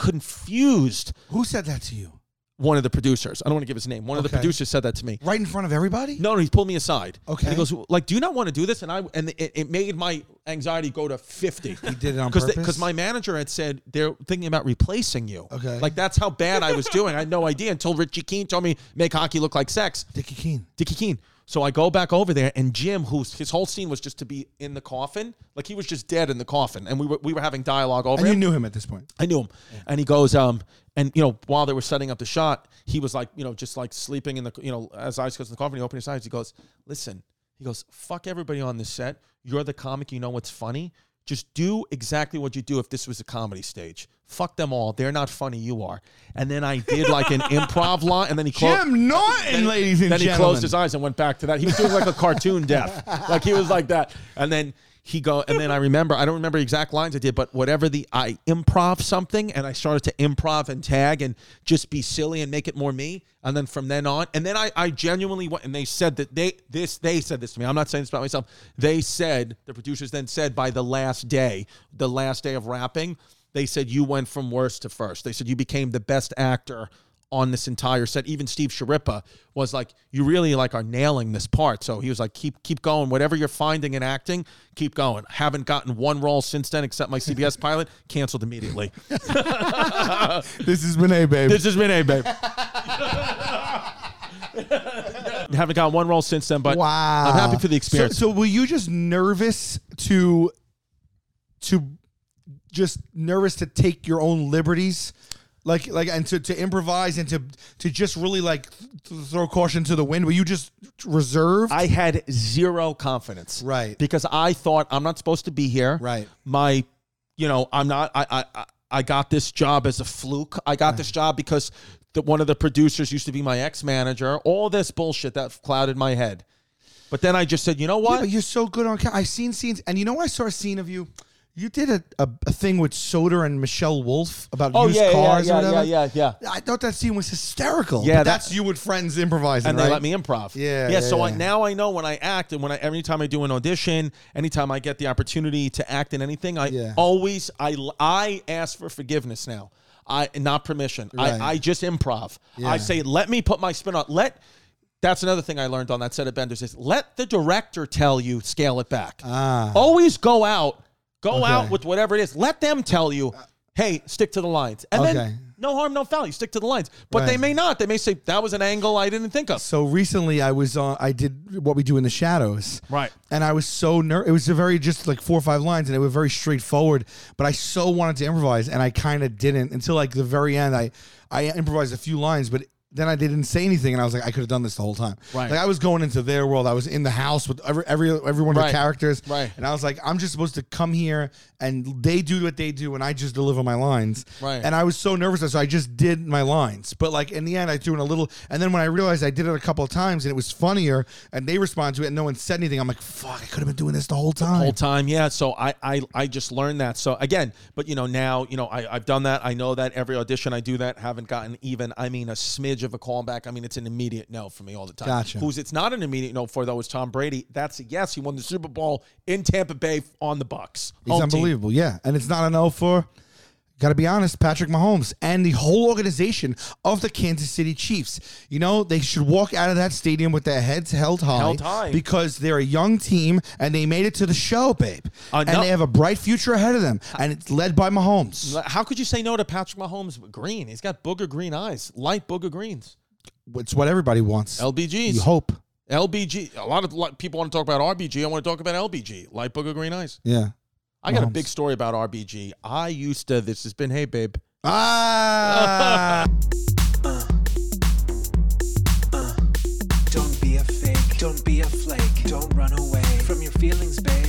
A: confused.
E: Who said that to you?
A: One of the producers, I don't want to give his name. One of the
E: Okay.
A: producers said that to me.
E: Right in front of everybody?
A: No, no, he pulled me aside.
E: Okay.
A: And he goes, like, do you not want to do this? And I and it, it made my anxiety go to fifty. He
E: did it on purpose?
A: because my manager had said they're thinking about replacing you.
E: Okay.
A: Like that's how bad I was doing. I had no idea until Richie Keene told me make hockey look like sex.
E: Dickie Keene.
A: Dickie Keene. So I go back over there, and Jim, who's his whole scene was just to be in the coffin, like he was just dead in the coffin, and we were we were having dialogue over
E: And you
A: him.
E: knew him at this point.
A: I knew him, and he goes, um, and you know, while they were setting up the shot, he was like, you know, just like sleeping in the, you know, as eyes goes in the coffin, he opened his eyes, he goes, listen, he goes, fuck everybody on this set. You're the comic, you know what's funny. Just do exactly what you do if this was a comedy stage. Fuck them all. They're not funny. You are. And then I did like an improv line, and then he called.
E: Jim Norton, ladies and
A: Then he
E: gentlemen.
A: closed his eyes and went back to that. He was doing like a cartoon death, like he was like that. And then he go, and then I remember, I don't remember exact lines I did, but whatever the I improv something, and I started to improv and tag and just be silly and make it more me. And then from then on, and then I, I genuinely went, and they said that they this they said this to me. I'm not saying this about myself. They said the producers then said by the last day, the last day of rapping. They said you went from worst to first. They said you became the best actor on this entire set. Even Steve Sharippa was like, "You really like are nailing this part." So he was like, "Keep keep going. Whatever you're finding in acting, keep going." Haven't gotten one role since then, except my CBS pilot canceled immediately.
E: This is Renee, babe.
A: this has been a babe. Haven't gotten one role since then, but
E: wow.
A: I'm happy for the experience.
E: So, so were you just nervous to to just nervous to take your own liberties? Like like and to, to improvise and to to just really like th- throw caution to the wind. Were you just reserved?
A: I had zero confidence.
E: Right.
A: Because I thought I'm not supposed to be here.
E: Right.
A: My, you know, I'm not. I I I- I got this job as a fluke. I got this job because the, one of the producers used to be my ex manager. All this bullshit that clouded my head. But then I just said, you know
E: Yeah,
A: what?
E: but you're so good on. ca- I've seen scenes, and you know, I saw a scene of you. You did a, a, a thing with Soder and Michelle Wolf about used cars or whatever.
A: Oh, yeah.
E: I thought that scene was hysterical.
A: Yeah,
E: but
A: that-
E: that's you with friends improvising,
A: and
E: right?
A: they let me improv. yeah.
E: Yeah, yeah,
A: so I,
E: yeah.
A: now I know when I act and when I anytime I do an audition, anytime I get the opportunity to act in anything, I
E: Yeah.
A: always I I ask for forgiveness now. I not permission.
E: Right.
A: I I just improv.
E: Yeah.
A: I say let me put my spin on. Let that's another thing I learned on that set of Benders is let the director tell you scale it back.
E: Ah.
A: Always go out, go out with whatever it is. Let them tell you, hey, stick to the lines, and
E: Uh, Okay.
A: then no harm, no foul. You stick to the lines, but they
E: Right.
A: may not. They may say that was an angle I didn't think of.
E: So recently, I was on. I did what we do in the shadows,
A: Right.
E: And I was so ner. It was a very just like four or five lines, and it was very straightforward. But I so wanted to improvise, and I kind of didn't until like the very end. I I improvised a few lines, but then I didn't say anything, and I was like, I could have done this the whole time.
A: Right.
E: Like I was going into their world. I was in the house with every every every one of
A: Right.
E: the characters.
A: Right.
E: And I was like, I'm just supposed to come here, and they do what they do, and I just deliver my lines.
A: Right.
E: And I was so nervous, so I just did my lines. But like in the end, I threw in a little, and then when I realized I did it a couple of times and it was funnier, and they responded to it, and no one said anything. I'm like, fuck, I could have been doing this the whole time.
A: whole time. Yeah. So I, I I just learned that. So again, but you know now you know I I've done that. I know that every audition I do that. Haven't gotten even. I mean a smidge of a callback. I mean it's an immediate no for me all the time.
E: Gotcha.
A: Who's it's not an immediate no for though is Tom Brady. That's a yes. He won the Super Bowl in Tampa Bay on the Bucks.
E: He's unbelievable, yeah. And it's not an L for. Got to be honest, Patrick Mahomes and the whole organization of the Kansas City Chiefs. You know, they should walk out of that stadium with their heads held high,
A: Held high.
E: because they're a young team and they made it to the show, babe.
A: Uh,
E: and
A: no-
E: they have a bright future ahead of them, and it's led by Mahomes.
A: How could you say no to Patrick Mahomes? Green. He's got booger green eyes. Light booger greens.
E: It's what everybody wants.
A: LBGs.
E: you hope,
A: LBG. A lot of lot- people want to talk about RBG. I want to talk about LBG. Light booger green eyes.
E: yeah.
A: I got a
E: Mahomes.
A: big story about RBG. I used to. This has been. Hey, babe.
E: Ah.
C: Don't be a fake, don't be a flake, run away from your feelings, babe.